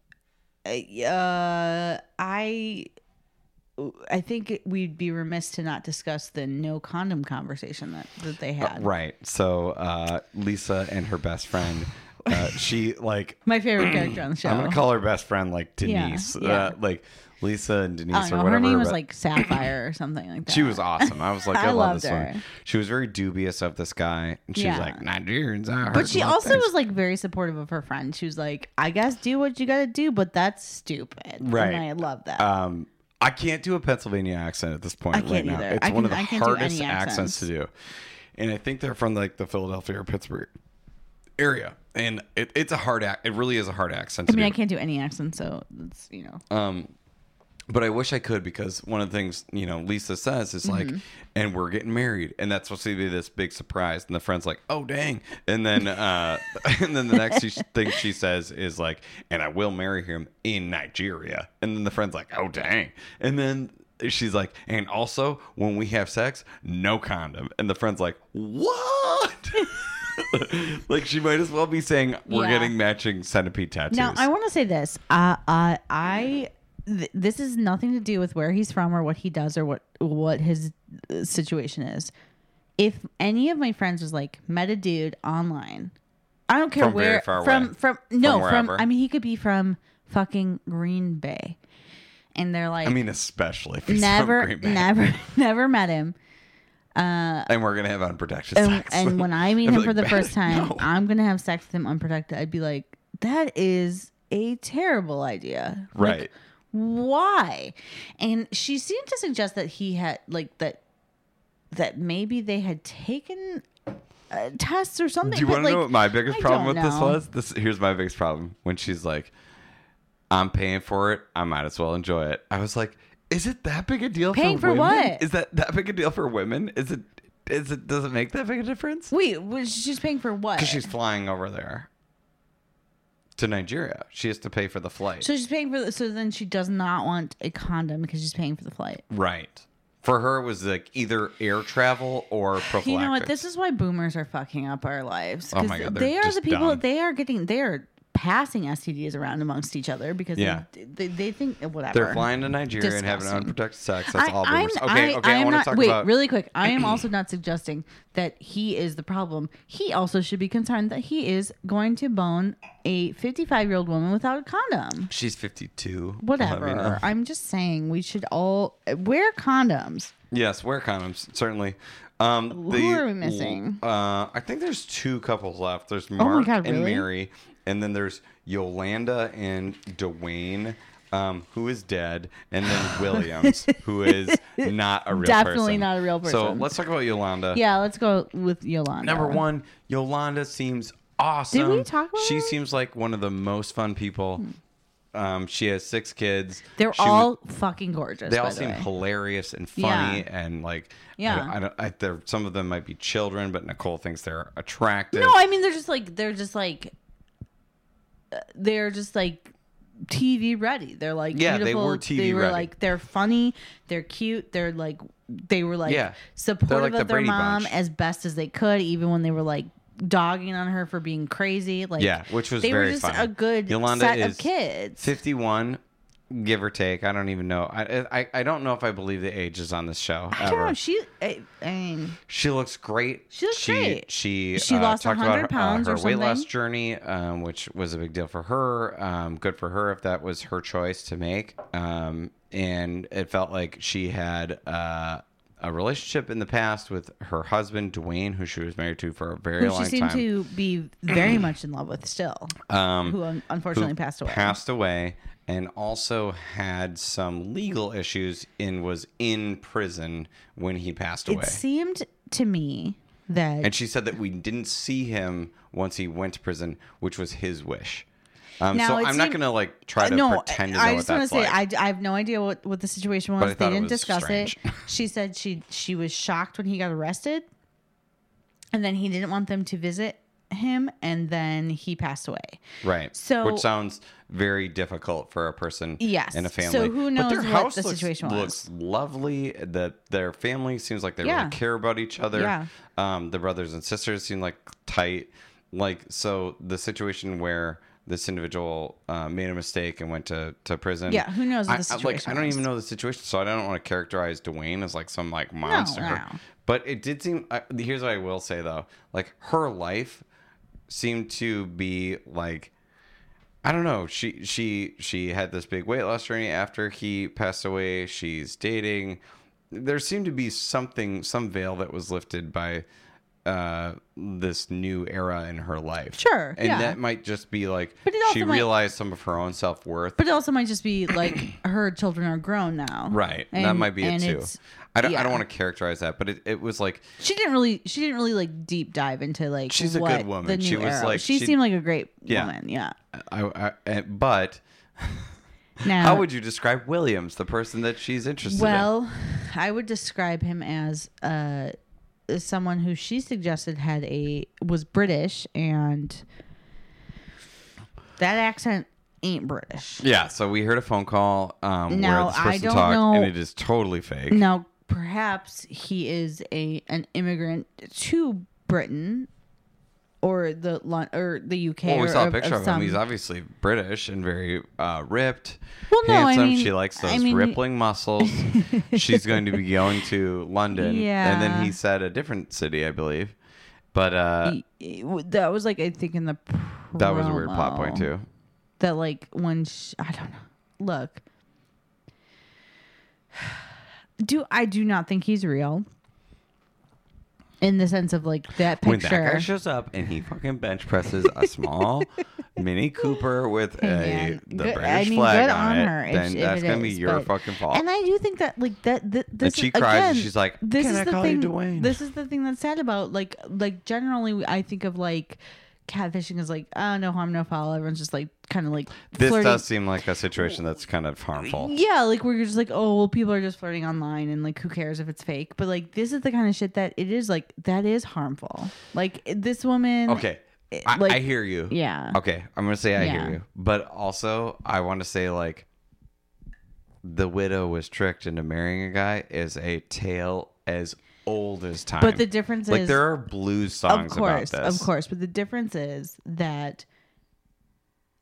Speaker 1: uh i i think we'd be remiss to not discuss the no
Speaker 2: Uh,
Speaker 1: condom conversation that that they had
Speaker 2: Right. So uh, Lisa and her best friend Uh, she like
Speaker 1: My favorite character on the show.
Speaker 2: I'm gonna call her best friend like
Speaker 1: Yeah,
Speaker 2: Denise,
Speaker 1: yeah.
Speaker 2: Uh, like Lisa and Denise
Speaker 1: I don't
Speaker 2: or
Speaker 1: know,
Speaker 2: whatever.
Speaker 1: her name was
Speaker 2: but-
Speaker 1: like Sapphire or something like that.
Speaker 2: She was awesome. I was like, I,
Speaker 1: I
Speaker 2: love
Speaker 1: loved
Speaker 2: this
Speaker 1: her.
Speaker 2: one. She was very dubious of this guy, and she was
Speaker 1: Yeah.
Speaker 2: like, Nigerians are.
Speaker 1: But she also was like very supportive of her friend. She was like, "I guess do what you got to do, but that's stupid."
Speaker 2: Right.
Speaker 1: And I love that.
Speaker 2: Um, I can't do a Pennsylvania accent at this point
Speaker 1: I can't
Speaker 2: right now.
Speaker 1: either.
Speaker 2: It's
Speaker 1: I
Speaker 2: one of the
Speaker 1: can- I can't do
Speaker 2: hardest
Speaker 1: any
Speaker 2: accents to do, and I think they're from like the Philadelphia or Pittsburgh area, and it, it's a hard act. It really is a hard accent
Speaker 1: I
Speaker 2: to
Speaker 1: mean, I
Speaker 2: do.
Speaker 1: can't do any accent, so it's you know.
Speaker 2: but I wish I could because one of the things you know Lisa says is
Speaker 1: Mm-hmm.
Speaker 2: like, and we're getting married, and that's supposed to be this big surprise, and the friend's like, oh dang, and then uh, and then the next she- thing she says is like, and I will marry him in Nigeria, and then the friend's like, oh dang, and then she's like, and also when we have sex, no condom, and the friend's like, what? like she might as well be saying we're
Speaker 1: Yeah.
Speaker 2: getting matching centipede tattoos.
Speaker 1: Now I want to say this. Uh, uh, I th- this is nothing to do with where he's from or what he does or what what his uh, situation is. If any of my friends was like met a dude online, I don't care
Speaker 2: From very
Speaker 1: where
Speaker 2: far
Speaker 1: from
Speaker 2: away.
Speaker 1: from no
Speaker 2: From
Speaker 1: from,
Speaker 2: wherever.
Speaker 1: I mean he could be from fucking Green Bay, and they're like
Speaker 2: I mean, especially for some
Speaker 1: never
Speaker 2: Green Bay.
Speaker 1: never never met him.
Speaker 2: and we're gonna have unprotected
Speaker 1: and,
Speaker 2: sex.
Speaker 1: and when I meet
Speaker 2: I'd
Speaker 1: him
Speaker 2: be
Speaker 1: for the
Speaker 2: like,
Speaker 1: first time,
Speaker 2: "No."
Speaker 1: I'm gonna have sex with him unprotected. I'd be like, that is a terrible idea. Like,
Speaker 2: right,
Speaker 1: why? And she seemed to suggest that he had like that that maybe they had taken uh, tests or something.
Speaker 2: do you
Speaker 1: but,
Speaker 2: want to know
Speaker 1: like,
Speaker 2: what my biggest
Speaker 1: I
Speaker 2: problem with
Speaker 1: don't
Speaker 2: this
Speaker 1: know.
Speaker 2: was? This here's my biggest problem when she's like, "I'm paying for it. I might as well enjoy it." I was like, "Is it that big a deal?
Speaker 1: Paying for
Speaker 2: for, women?
Speaker 1: what?
Speaker 2: Is that that big a deal for women? Is it? Is it? Does it make that big a difference?
Speaker 1: Wait, was- she's paying for what?
Speaker 2: Because she's flying over there to Nigeria. She has to pay for the flight.
Speaker 1: so she's paying for. The, so then she does not want a condom because she's paying for the flight.
Speaker 2: right. For her, it was like either air travel or prophylactics.
Speaker 1: You know what? This is why boomers are fucking up our lives.
Speaker 2: Oh
Speaker 1: 'Cause
Speaker 2: my God, they're
Speaker 1: they are
Speaker 2: just
Speaker 1: the people.
Speaker 2: dumb.
Speaker 1: They are getting. They are passing STDs around amongst each other because
Speaker 2: Yeah.
Speaker 1: they, they, they think whatever.
Speaker 2: They're flying to Nigeria and having
Speaker 1: Disgusting.
Speaker 2: unprotected sex. That's all
Speaker 1: I'm-
Speaker 2: boomers. Okay,
Speaker 1: I-
Speaker 2: okay, I
Speaker 1: I'm
Speaker 2: want to
Speaker 1: not-
Speaker 2: talk
Speaker 1: wait,
Speaker 2: about.
Speaker 1: really quick. I am also not suggesting that he is the problem. He also should be concerned that he is going to bone a 55 year old woman without a condom.
Speaker 2: She's 52.
Speaker 1: Whatever.
Speaker 2: Let me know.
Speaker 1: I'm just saying we should all wear condoms.
Speaker 2: Yes, wear condoms, certainly. Um,
Speaker 1: Who are we missing? Oh
Speaker 2: Uh, I think there's two couples left. There's
Speaker 1: my
Speaker 2: Mark
Speaker 1: God,
Speaker 2: and
Speaker 1: really?
Speaker 2: Mary, and then there's Yolanda and Dwayne, um, who is dead, and then Williams, who is not a real person.
Speaker 1: Definitely not a real
Speaker 2: So
Speaker 1: person.
Speaker 2: let's talk about Yolanda.
Speaker 1: Yeah, let's go with Yolanda.
Speaker 2: Number one, Yolanda seems awesome.
Speaker 1: Did we talk about
Speaker 2: She
Speaker 1: her? Hmm.
Speaker 2: seems like one of the most fun people. Um, she has six kids.
Speaker 1: They're
Speaker 2: She
Speaker 1: all
Speaker 2: was-
Speaker 1: fucking gorgeous.
Speaker 2: they all
Speaker 1: by the
Speaker 2: seem
Speaker 1: way.
Speaker 2: hilarious and funny
Speaker 1: Yeah.
Speaker 2: and like
Speaker 1: Yeah.
Speaker 2: I don't, I don't, I, there, some of them might be children, but Nicole thinks they're attractive.
Speaker 1: No, I mean they're just like they're just like uh, they're just like TV ready. They're like
Speaker 2: Yeah, they
Speaker 1: beautiful.
Speaker 2: were TV
Speaker 1: They were
Speaker 2: ready.
Speaker 1: like they're funny. They're cute. They're like they were like
Speaker 2: Yeah. They're
Speaker 1: supportive
Speaker 2: like the
Speaker 1: of their
Speaker 2: Brady
Speaker 1: mom
Speaker 2: Bunch.
Speaker 1: as best as they could, even when they were like dogging on her for being crazy. Like
Speaker 2: yeah, which was
Speaker 1: they
Speaker 2: very
Speaker 1: were just
Speaker 2: funny.
Speaker 1: a good
Speaker 2: Yolanda
Speaker 1: set
Speaker 2: is
Speaker 1: of kids.
Speaker 2: fifty-one, give or take. I don't even know. I, I I don't know if I believe the ages on this show
Speaker 1: I
Speaker 2: ever.
Speaker 1: don't know. She, I, I mean,
Speaker 2: She looks great.
Speaker 1: She looks
Speaker 2: she,
Speaker 1: great.
Speaker 2: She
Speaker 1: She
Speaker 2: uh,
Speaker 1: lost
Speaker 2: talked
Speaker 1: 100
Speaker 2: about her,
Speaker 1: pounds
Speaker 2: her
Speaker 1: or
Speaker 2: weight loss
Speaker 1: something.
Speaker 2: journey, um, which was a big deal for her. Um, good for her if that was her choice to make. Um, and it felt like she had uh, a relationship in the past with her husband Dwayne, who she was married to for a very
Speaker 1: who she
Speaker 2: long
Speaker 1: seemed
Speaker 2: time. Um,
Speaker 1: to be very much in love with still, who un- unfortunately passed away.
Speaker 2: Passed away, and also had some legal issues and was in prison when he passed away.
Speaker 1: It seemed to me that
Speaker 2: And she said that we didn't see him once he went to prison, which was his wish. Um,
Speaker 1: Now,
Speaker 2: so
Speaker 1: it
Speaker 2: I'm
Speaker 1: seem-
Speaker 2: not
Speaker 1: Uh,
Speaker 2: going to like try to
Speaker 1: no,
Speaker 2: pretend to know
Speaker 1: I
Speaker 2: what
Speaker 1: just want to
Speaker 2: that's
Speaker 1: say
Speaker 2: like.
Speaker 1: I, I have no idea what, what the situation was.
Speaker 2: I thought
Speaker 1: They
Speaker 2: it
Speaker 1: didn't
Speaker 2: was
Speaker 1: discuss it.
Speaker 2: strange.
Speaker 1: She said she she was shocked when he got arrested, and then he didn't want them to visit him, and then he passed away.
Speaker 2: right.
Speaker 1: So-
Speaker 2: which sounds very difficult for a person
Speaker 1: Yes.
Speaker 2: and a family.
Speaker 1: So who
Speaker 2: but
Speaker 1: knows
Speaker 2: their
Speaker 1: what
Speaker 2: house
Speaker 1: the
Speaker 2: looks,
Speaker 1: situation was.
Speaker 2: looks lovely. The, their family seems like they
Speaker 1: Yeah.
Speaker 2: really care about each other.
Speaker 1: Yeah.
Speaker 2: Um, the brothers and sisters seem like tight. Like, so the situation where this individual uh, made a mistake and went to, to prison.
Speaker 1: Yeah, who knows what
Speaker 2: I,
Speaker 1: the
Speaker 2: I- like,
Speaker 1: situation
Speaker 2: I don't
Speaker 1: was.
Speaker 2: even know the situation, so I don't want to characterize Dwayne as like some like monster.
Speaker 1: no.
Speaker 2: But it did seem. I here's what I will say though: like her life seemed to be like I don't know. She she she had this big weight loss journey after he passed away. She's dating. There seemed to be something, some veil that was lifted by uh, this new era in her life.
Speaker 1: Sure,
Speaker 2: and
Speaker 1: yeah.
Speaker 2: that might just be like
Speaker 1: But it also
Speaker 2: she
Speaker 1: might-
Speaker 2: realized some of her own self worth.
Speaker 1: But it also might just be like her children are grown now.
Speaker 2: Right, that
Speaker 1: And-
Speaker 2: might be it
Speaker 1: and
Speaker 2: too.
Speaker 1: it's-
Speaker 2: I don't I
Speaker 1: yeah.
Speaker 2: don't want to characterize that, but it, it was like
Speaker 1: She didn't really. She didn't really like deep dive into like.
Speaker 2: She's a
Speaker 1: what
Speaker 2: good woman.
Speaker 1: The new
Speaker 2: She was,
Speaker 1: era-
Speaker 2: like,
Speaker 1: She,
Speaker 2: she-
Speaker 1: seemed like a great
Speaker 2: Yeah.
Speaker 1: woman. Yeah.
Speaker 2: I, I, I but
Speaker 1: Now,
Speaker 2: how would you describe Williams, the person that she's interested in?
Speaker 1: Uh, well, I would describe him as uh, someone who she suggested had a was British and that accent ain't British.
Speaker 2: Yeah, so we heard a phone call um, where
Speaker 1: Now,
Speaker 2: this
Speaker 1: I
Speaker 2: person
Speaker 1: don't
Speaker 2: talked,
Speaker 1: know-
Speaker 2: and it is totally fake.
Speaker 1: Now, perhaps he is a an immigrant to Britain or the Lon- or the UK.
Speaker 2: Well,
Speaker 1: or
Speaker 2: we saw a
Speaker 1: of-
Speaker 2: picture of,
Speaker 1: some-
Speaker 2: him. He's obviously British and very uh, ripped,
Speaker 1: Well, no, I
Speaker 2: handsome.
Speaker 1: mean-
Speaker 2: she likes
Speaker 1: I
Speaker 2: those
Speaker 1: mean-
Speaker 2: rippling muscles. She's going to be going to London, and then
Speaker 1: Yeah.
Speaker 2: he said a different city, I believe. But uh,
Speaker 1: that was like I think in the promo,
Speaker 2: that was a weird plot point too.
Speaker 1: That like when sh I don't know. Look, do I do not think he's real. In the sense of like that
Speaker 2: When
Speaker 1: picture,
Speaker 2: that guy shows up and he fucking bench presses a small Mini Cooper with
Speaker 1: Hey,
Speaker 2: a
Speaker 1: man.
Speaker 2: the
Speaker 1: Good-
Speaker 2: British
Speaker 1: I mean,
Speaker 2: flag
Speaker 1: good
Speaker 2: on,
Speaker 1: on
Speaker 2: it,
Speaker 1: her if
Speaker 2: then
Speaker 1: she- if
Speaker 2: that's
Speaker 1: it
Speaker 2: gonna be
Speaker 1: is,
Speaker 2: your
Speaker 1: but-
Speaker 2: fucking fault.
Speaker 1: And I do think that like that th- this
Speaker 2: she
Speaker 1: is-
Speaker 2: cries and
Speaker 1: again,
Speaker 2: she's like,
Speaker 1: this
Speaker 2: "Can
Speaker 1: is
Speaker 2: I
Speaker 1: the
Speaker 2: call you
Speaker 1: thing,
Speaker 2: Dwayne?"
Speaker 1: This is the thing that's sad about like like generally I think of like catfishing is like oh no harm no foul everyone's just like kind of like
Speaker 2: this
Speaker 1: flirting.
Speaker 2: does seem like a situation that's kind of harmful.
Speaker 1: yeah like where you're just like oh well people are just flirting online and like who cares if it's fake but like this is the kind of shit that it is like that is harmful like this woman
Speaker 2: Okay,
Speaker 1: it-
Speaker 2: I,
Speaker 1: like-
Speaker 2: I hear you.
Speaker 1: yeah
Speaker 2: Okay, I'm gonna say I
Speaker 1: Yeah.
Speaker 2: hear you, but also I want to say like, the widow was tricked into marrying a guy is a tale as old as time.
Speaker 1: but the difference
Speaker 2: like
Speaker 1: is
Speaker 2: there are blues
Speaker 1: of
Speaker 2: songs
Speaker 1: course,
Speaker 2: about this.
Speaker 1: of course. But the difference is that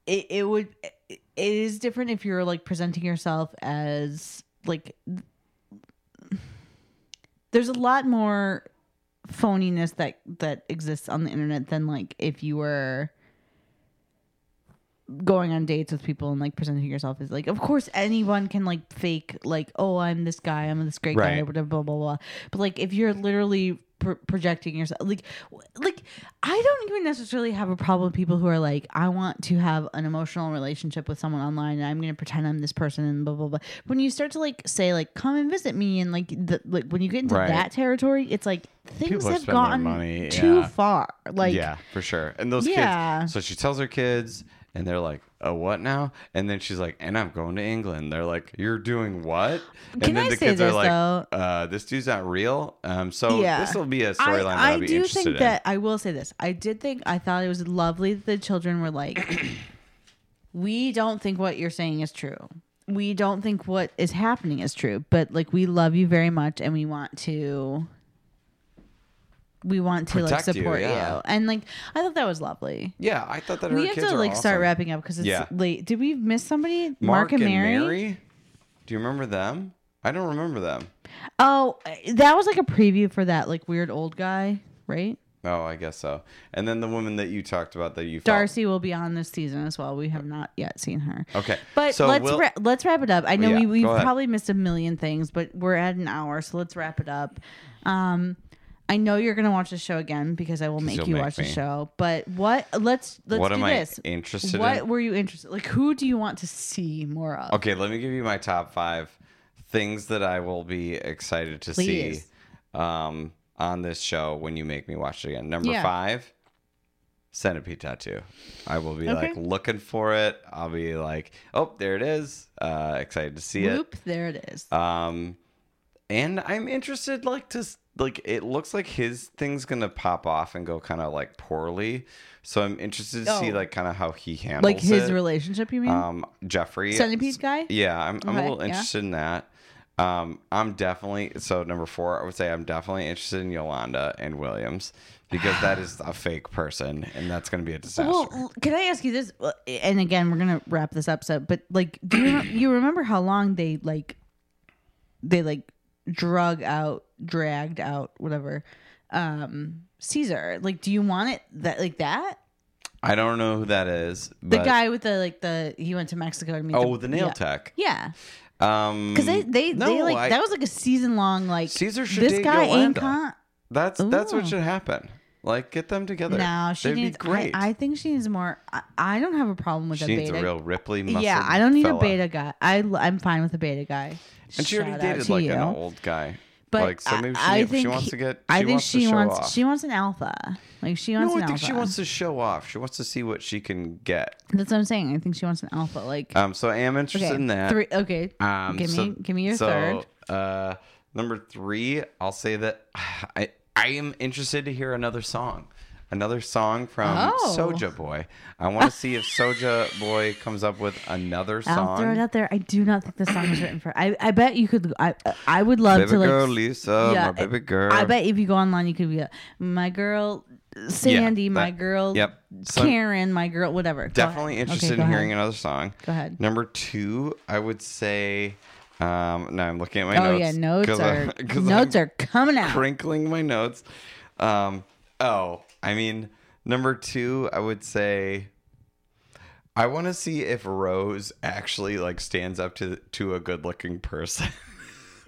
Speaker 1: it, it would it is different if you're like presenting yourself as like there's a lot more phoniness that that exists on the internet than like if you were going on dates with people and like presenting yourself as like of course anyone can like fake like oh i'm this guy i'm this great guy
Speaker 2: Right.
Speaker 1: or whatever blah blah blah but like if you're literally pr- projecting yourself like w- like i don't even necessarily have a problem with people who are like i want to have an emotional relationship with someone online and i'm going to pretend i'm this person and blah blah blah when you start to like say like come and visit me and like the, like when you get into
Speaker 2: Right.
Speaker 1: that territory it's like things
Speaker 2: People are
Speaker 1: have
Speaker 2: spending their
Speaker 1: gotten
Speaker 2: money,
Speaker 1: too
Speaker 2: yeah.
Speaker 1: far like
Speaker 2: yeah, for sure. And those
Speaker 1: Yeah.
Speaker 2: kids. So she tells her kids, and they're like, "Oh, what now?" And then she's like, "And I'm going to England." They're like, "You're doing what?" And
Speaker 1: Can
Speaker 2: then
Speaker 1: I
Speaker 2: the
Speaker 1: say
Speaker 2: kids are
Speaker 1: this,
Speaker 2: like,
Speaker 1: though?
Speaker 2: "Uh, this dude's not real." Um, so
Speaker 1: Yeah.
Speaker 2: this will be a
Speaker 1: I,
Speaker 2: storyline that
Speaker 1: I
Speaker 2: I'll be
Speaker 1: do
Speaker 2: interested
Speaker 1: think
Speaker 2: in.
Speaker 1: that I will say this. I did think I thought it was lovely that the children were like, "We don't think what you're saying is true. We don't think what is happening is true, but like we love you very much and we want to." We want to
Speaker 2: Protect you,
Speaker 1: like support you,
Speaker 2: yeah.
Speaker 1: and like I thought that was lovely.
Speaker 2: yeah, I thought that her
Speaker 1: we have
Speaker 2: kids
Speaker 1: to
Speaker 2: are
Speaker 1: like start
Speaker 2: awesome.
Speaker 1: wrapping up because it's
Speaker 2: Yeah.
Speaker 1: late. Did we miss somebody? Mark,
Speaker 2: Mark,
Speaker 1: and, Mary?
Speaker 2: Do you remember them? I don't remember them.
Speaker 1: Oh, that was like a preview for that like weird old guy, right?
Speaker 2: Oh, I guess so. And then the woman that you talked about that you felt-
Speaker 1: Darcy will be on this season as well. We have not yet seen her.
Speaker 2: Okay,
Speaker 1: But
Speaker 2: so
Speaker 1: let's
Speaker 2: we'll-
Speaker 1: wra- let's wrap it up. I know
Speaker 2: Yeah,
Speaker 1: we we
Speaker 2: go ahead.
Speaker 1: probably missed a million things, but we're at an hour, so let's wrap it up. Um I know you're going to watch the show again because I will make
Speaker 2: you'll
Speaker 1: you
Speaker 2: make
Speaker 1: watch
Speaker 2: me.
Speaker 1: the show. But what let's let's
Speaker 2: what
Speaker 1: do
Speaker 2: am
Speaker 1: this.
Speaker 2: I interested
Speaker 1: what
Speaker 2: in?
Speaker 1: were you interested? Like who do you want to see more of?
Speaker 2: Okay, let me give you my top five things that I will be excited to
Speaker 1: Please.
Speaker 2: see um, on this show when you make me watch it again. Number
Speaker 1: Yeah.
Speaker 2: five, Centipede Tattoo. I will be
Speaker 1: Okay.
Speaker 2: like looking for it. I'll be like, oh, there it is. Uh, excited to see
Speaker 1: Whoop, there it is.
Speaker 2: it. Um, and I'm interested, like to s- like it looks like his thing's gonna pop off and go kind of like poorly. So I'm interested to see
Speaker 1: Oh.
Speaker 2: like kind of how he handles
Speaker 1: like his
Speaker 2: it.
Speaker 1: relationship, you mean?
Speaker 2: um, Jeffrey
Speaker 1: Centipede guy?
Speaker 2: yeah, I'm, I'm a
Speaker 1: Okay,
Speaker 2: little
Speaker 1: yeah.
Speaker 2: interested in that. Um, I'm definitely so number four. I would say I'm definitely interested in Yolanda and Williams because that is a fake person, and that's going to be a disaster.
Speaker 1: Well, l- can I ask you this? Well, And again, we're gonna wrap this up. So, but like, do you you remember how long they like they like drug out, dragged out, whatever, um, Caesar? Like, do you want it that like that?
Speaker 2: I don't know who that is.
Speaker 1: The
Speaker 2: But,
Speaker 1: guy with the like the he went to Mexico to meet.
Speaker 2: Oh, the nail
Speaker 1: yeah.
Speaker 2: tech.
Speaker 1: Yeah,
Speaker 2: Um,
Speaker 1: because they they, they
Speaker 2: no,
Speaker 1: like
Speaker 2: I-
Speaker 1: that was like a season long like
Speaker 2: Caesar should
Speaker 1: this
Speaker 2: date
Speaker 1: guy ain't
Speaker 2: Yolanda.
Speaker 1: con.
Speaker 2: That's that's what
Speaker 1: Ooh.
Speaker 2: should happen. Like get them together.
Speaker 1: No, she
Speaker 2: They'd
Speaker 1: needs.
Speaker 2: be great.
Speaker 1: I, I think she needs more. I, I don't have a problem with
Speaker 2: she
Speaker 1: a
Speaker 2: needs
Speaker 1: beta.
Speaker 2: a real Ripley. Muscle
Speaker 1: yeah, I don't need
Speaker 2: fella.
Speaker 1: a beta guy. I am fine with a beta guy.
Speaker 2: And she already
Speaker 1: Shout out
Speaker 2: dated
Speaker 1: to
Speaker 2: like
Speaker 1: you.
Speaker 2: an old guy.
Speaker 1: But
Speaker 2: like so maybe she,
Speaker 1: I, I
Speaker 2: she
Speaker 1: think
Speaker 2: wants
Speaker 1: he-
Speaker 2: to get. She
Speaker 1: I think
Speaker 2: wants
Speaker 1: she
Speaker 2: to show
Speaker 1: wants.
Speaker 2: Off.
Speaker 1: She wants an alpha. Like she wants
Speaker 2: no,
Speaker 1: an
Speaker 2: I think
Speaker 1: alpha.
Speaker 2: she wants to show off. She wants to see what she can get.
Speaker 1: That's what I'm saying. I think she wants an alpha. Like
Speaker 2: Um, so I am interested
Speaker 1: okay,
Speaker 2: in that.
Speaker 1: three. Okay,
Speaker 2: Um,
Speaker 1: give me
Speaker 2: so-
Speaker 1: give me your
Speaker 2: so,
Speaker 1: third.
Speaker 2: Uh, number three, I'll say that I I am interested to hear another song, another song from
Speaker 1: Oh.
Speaker 2: Soja Boy. I want to see if Soja Boy comes up with another
Speaker 1: I'll throw it
Speaker 2: song.
Speaker 1: out there. I do not think this song was written for. I, I bet you could. I I would love
Speaker 2: Baby
Speaker 1: to like.
Speaker 2: girl Lisa, my baby girl.
Speaker 1: I bet if you go online, you could be like, my girl Sandy, my
Speaker 2: that-
Speaker 1: girl
Speaker 2: yep. So-
Speaker 1: Karen, my girl whatever. Go
Speaker 2: Definitely
Speaker 1: ahead. Okay,
Speaker 2: interested
Speaker 1: go
Speaker 2: in
Speaker 1: ahead.
Speaker 2: hearing another song.
Speaker 1: Go ahead.
Speaker 2: Number two, I would say. Um, no, I'm looking at my
Speaker 1: Oh
Speaker 2: notes.
Speaker 1: yeah, notes
Speaker 2: 'cause
Speaker 1: are
Speaker 2: I'm- 'cause
Speaker 1: notes
Speaker 2: I'm-
Speaker 1: are coming out.
Speaker 2: crinkling my notes. Um, oh, I mean, number two, I would say I want to see if Rose actually like stands up to to a good looking person.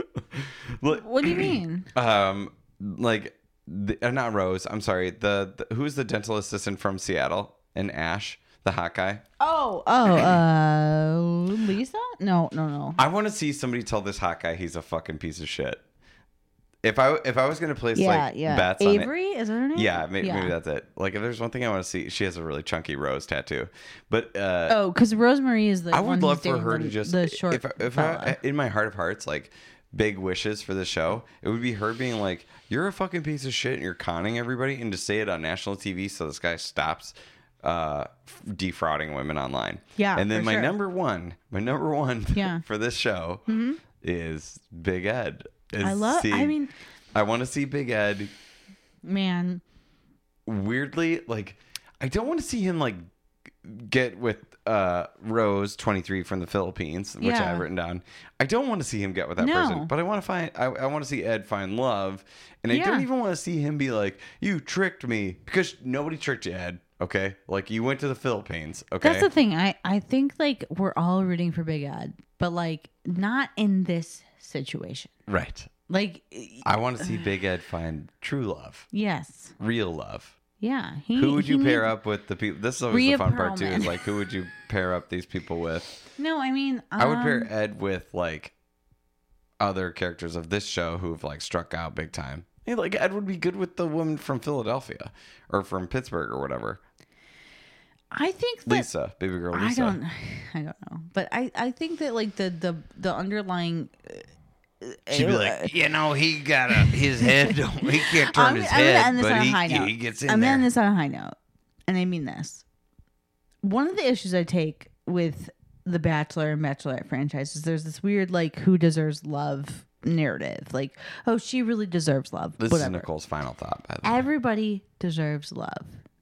Speaker 2: Look,
Speaker 1: What do you mean?
Speaker 2: um, like the, uh, not Rose. I'm sorry. The, the who's the dental assistant from Seattle and Ash, the hot guy.
Speaker 1: Oh, oh, uh, Lisa? No, no, no.
Speaker 2: I want to see somebody tell this hot guy he's a fucking piece of shit. If I if I was gonna place
Speaker 1: Yeah,
Speaker 2: like
Speaker 1: yeah.
Speaker 2: bets on it,
Speaker 1: Avery is that her name?
Speaker 2: Yeah, maybe, maybe that's it. Like, if there's one thing I want to see, she has a really chunky rose tattoo. But uh,
Speaker 1: Oh, because Rosemary is the.
Speaker 2: I would
Speaker 1: one
Speaker 2: love
Speaker 1: who's
Speaker 2: for
Speaker 1: dating
Speaker 2: her
Speaker 1: the,
Speaker 2: to just eh,
Speaker 1: the short.
Speaker 2: If, eh, I- if
Speaker 1: fella.
Speaker 2: I, in my heart of hearts, like big wishes for the show, it would be her being like, "You're a fucking piece of shit, and you're conning everybody," and to say it on national TV so this guy stops uh defrauding women online.
Speaker 1: Yeah,
Speaker 2: and then
Speaker 1: for
Speaker 2: my
Speaker 1: sure.
Speaker 2: number one, my number one,
Speaker 1: Yeah. Mm-hmm.
Speaker 2: for this show is Big Ed. Is
Speaker 1: I love. I
Speaker 2: seeing-
Speaker 1: mean,
Speaker 2: I want to see Big Ed
Speaker 1: man.
Speaker 2: weirdly like I don't want to see him like get with uh Rose 23 from the Philippines, which
Speaker 1: Yeah.
Speaker 2: I've written down. I don't want to see him get with that
Speaker 1: No.
Speaker 2: person, but I want to find I, I want to see Ed find love, and I
Speaker 1: Yeah.
Speaker 2: don't even want to see him be like, "You tricked me," because nobody tricked you, Ed. Okay, like you went to the Philippines. Okay,
Speaker 1: That's the thing. I I think like we're all rooting for Big Ed, but like not in this situation.
Speaker 2: right.
Speaker 1: Like, eh,
Speaker 2: I want to see Big Ed find true love,
Speaker 1: yes,
Speaker 2: real love.
Speaker 1: yeah. He,
Speaker 2: Who would
Speaker 1: he
Speaker 2: you pair
Speaker 1: needs-
Speaker 2: up with the people? This is always the
Speaker 1: Rhea
Speaker 2: fun part too.
Speaker 1: Perlman.
Speaker 2: Is like, who would you pair up these people with?
Speaker 1: No, I mean,
Speaker 2: I would pair
Speaker 1: um,
Speaker 2: Ed with like other characters of this show who've like struck out big time. Hey, like Ed would be good with the woman from Philadelphia or from Pittsburgh or whatever.
Speaker 1: I think that
Speaker 2: Lisa, baby girl Lisa.
Speaker 1: I don't, I don't know, but I, I think that like the the the underlying. uh,
Speaker 2: She'd be like, you know, he got a, his head. Don't, he can't turn
Speaker 1: I'm,
Speaker 2: his
Speaker 1: I'm gonna
Speaker 2: head,
Speaker 1: end this on
Speaker 2: but
Speaker 1: a
Speaker 2: he,
Speaker 1: high note.
Speaker 2: he gets in
Speaker 1: I'm gonna
Speaker 2: there.
Speaker 1: end this on a high note, and I mean this. One of the issues I take with the Bachelor and Bachelorette franchise is there's this weird like who deserves love narrative. Like, oh, she really deserves love.
Speaker 2: This is
Speaker 1: Whatever.
Speaker 2: Nicole's final thought. By the way,
Speaker 1: Everybody deserves love.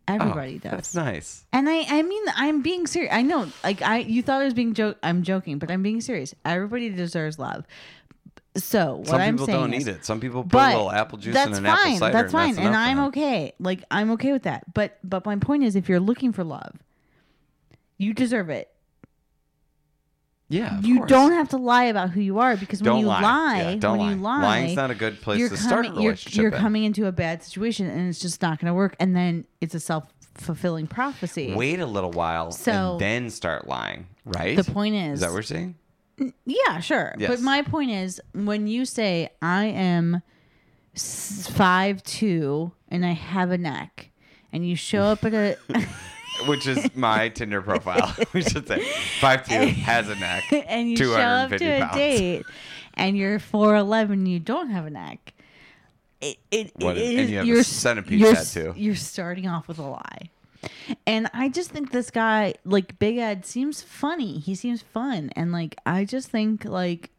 Speaker 1: Everybody does.
Speaker 2: Oh, that's nice.
Speaker 1: And I, I mean, I'm being serious. I know, like, I, you thought I was being joke. I'm joking, but I'm being serious. Everybody deserves love. So what
Speaker 2: Some
Speaker 1: I'm
Speaker 2: people
Speaker 1: saying
Speaker 2: don't
Speaker 1: is,
Speaker 2: need it. Some people put a
Speaker 1: but
Speaker 2: little apple juice
Speaker 1: that's
Speaker 2: in an
Speaker 1: fine.
Speaker 2: apple cider.
Speaker 1: that's fine,
Speaker 2: and,
Speaker 1: and I'm
Speaker 2: okay.
Speaker 1: okay. Like, I'm okay with that. But, but my point is, if you're looking for love, you deserve it.
Speaker 2: Yeah, of
Speaker 1: You
Speaker 2: course.
Speaker 1: don't have to lie about who you are because when
Speaker 2: Don't
Speaker 1: you lie,
Speaker 2: Yeah, don't
Speaker 1: when
Speaker 2: lie.
Speaker 1: you lie,
Speaker 2: Lying's not a good place
Speaker 1: you're
Speaker 2: to
Speaker 1: coming,
Speaker 2: start a
Speaker 1: you're-
Speaker 2: relationship.
Speaker 1: You're,
Speaker 2: in.
Speaker 1: coming into a bad situation, and it's just not going to work. And then it's a self fulfilling prophecy.
Speaker 2: wait a little while
Speaker 1: So-
Speaker 2: and then start lying, right?
Speaker 1: The point is,
Speaker 2: is that what you're saying?
Speaker 1: Yeah, sure.
Speaker 2: Yes.
Speaker 1: But my point is, when you say I am s- five two and I have a neck, and you show up at a
Speaker 2: Which is my Tinder profile. we should say five two has a neck.
Speaker 1: and you show up to
Speaker 2: 250
Speaker 1: a
Speaker 2: pounds.
Speaker 1: date, and you're four eleven, you don't have a neck. It, it,
Speaker 2: What
Speaker 1: it
Speaker 2: is- and you have a
Speaker 1: you're s-
Speaker 2: centipede
Speaker 1: you're s-
Speaker 2: tattoo.
Speaker 1: You're starting off with a lie. And I just think this guy, like Big Ed, seems funny. He seems fun, and like I just think like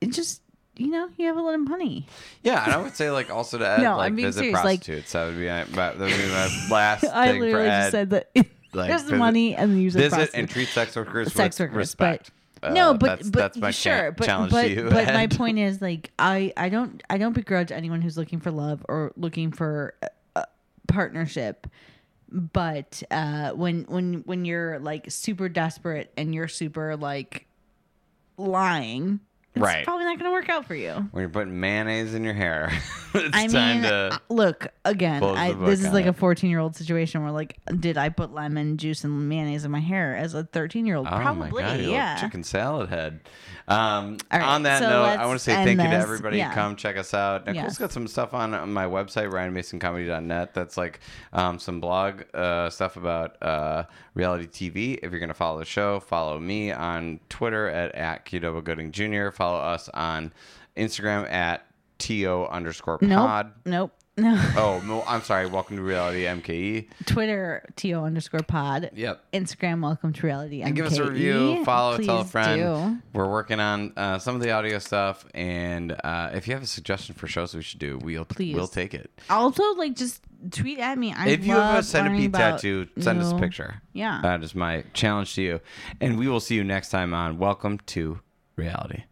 Speaker 1: it just you know you have a little honey.
Speaker 2: Yeah, and I would say like also to add
Speaker 1: No, I'm
Speaker 2: like
Speaker 1: being
Speaker 2: visit
Speaker 1: serious, like-
Speaker 2: prostitutes. that would be my, my- that would be my last
Speaker 1: I
Speaker 2: thing for
Speaker 1: literally
Speaker 2: Ed.
Speaker 1: just said that
Speaker 2: like,
Speaker 1: there's
Speaker 2: visit-
Speaker 1: money and then use it.
Speaker 2: visit and treat sex workers
Speaker 1: sex
Speaker 2: with
Speaker 1: workers,
Speaker 2: respect.
Speaker 1: but
Speaker 2: Uh,
Speaker 1: no, but
Speaker 2: that's,
Speaker 1: but
Speaker 2: that's my cha-
Speaker 1: sure, but
Speaker 2: challenge
Speaker 1: but,
Speaker 2: to you.
Speaker 1: but my
Speaker 2: Ed.
Speaker 1: point is like I I don't I don't begrudge anyone who's looking for love or looking for a, a partnership but uh, when when when you're like super desperate and you're super like lying, it's
Speaker 2: Right.
Speaker 1: probably not going to work out for you.
Speaker 2: When you're putting mayonnaise in your hair, it's
Speaker 1: I mean,
Speaker 2: time to.
Speaker 1: uh, look again.
Speaker 2: close
Speaker 1: I,
Speaker 2: the book
Speaker 1: this is
Speaker 2: on
Speaker 1: like a
Speaker 2: it.
Speaker 1: 14 year old situation where, like, did I put lemon juice and mayonnaise in my hair as a 13 year old?
Speaker 2: Oh
Speaker 1: Probably,
Speaker 2: my God, you little
Speaker 1: yeah.
Speaker 2: chicken salad head. Um,
Speaker 1: All right,
Speaker 2: on that
Speaker 1: so
Speaker 2: note, I
Speaker 1: let's
Speaker 2: want to say
Speaker 1: end
Speaker 2: thank you to
Speaker 1: this.
Speaker 2: everybody.
Speaker 1: Yeah.
Speaker 2: Come check us out. Nicole's
Speaker 1: Yes.
Speaker 2: got some stuff on, on my website, ryanmasoncomedy.net. That's like um, some blog uh, stuff about uh, reality TV. If you're going to follow the show, follow me on Twitter at, at Qdoba Gooding Jr. Follow us on Instagram at TO underscore pod.
Speaker 1: Nope, nope, no.
Speaker 2: Oh, no, I'm sorry. Welcome to Reality E. MKE.
Speaker 1: Twitter to underscore pod.
Speaker 2: Yep.
Speaker 1: Instagram welcome to reality.
Speaker 2: and give us a
Speaker 1: MKE.
Speaker 2: review, follow, tell a
Speaker 1: Please
Speaker 2: friend.
Speaker 1: do.
Speaker 2: We're working on uh, some of the audio stuff, and uh, if you have a suggestion for shows we should do, we'll
Speaker 1: Please.
Speaker 2: we'll take it.
Speaker 1: Also, like, just tweet at me. I
Speaker 2: if you have a
Speaker 1: love learning
Speaker 2: centipede
Speaker 1: about
Speaker 2: tattoo, send us a
Speaker 1: new-
Speaker 2: picture.
Speaker 1: Yeah.
Speaker 2: that is my challenge to you, and we will see you next time on Welcome to Reality.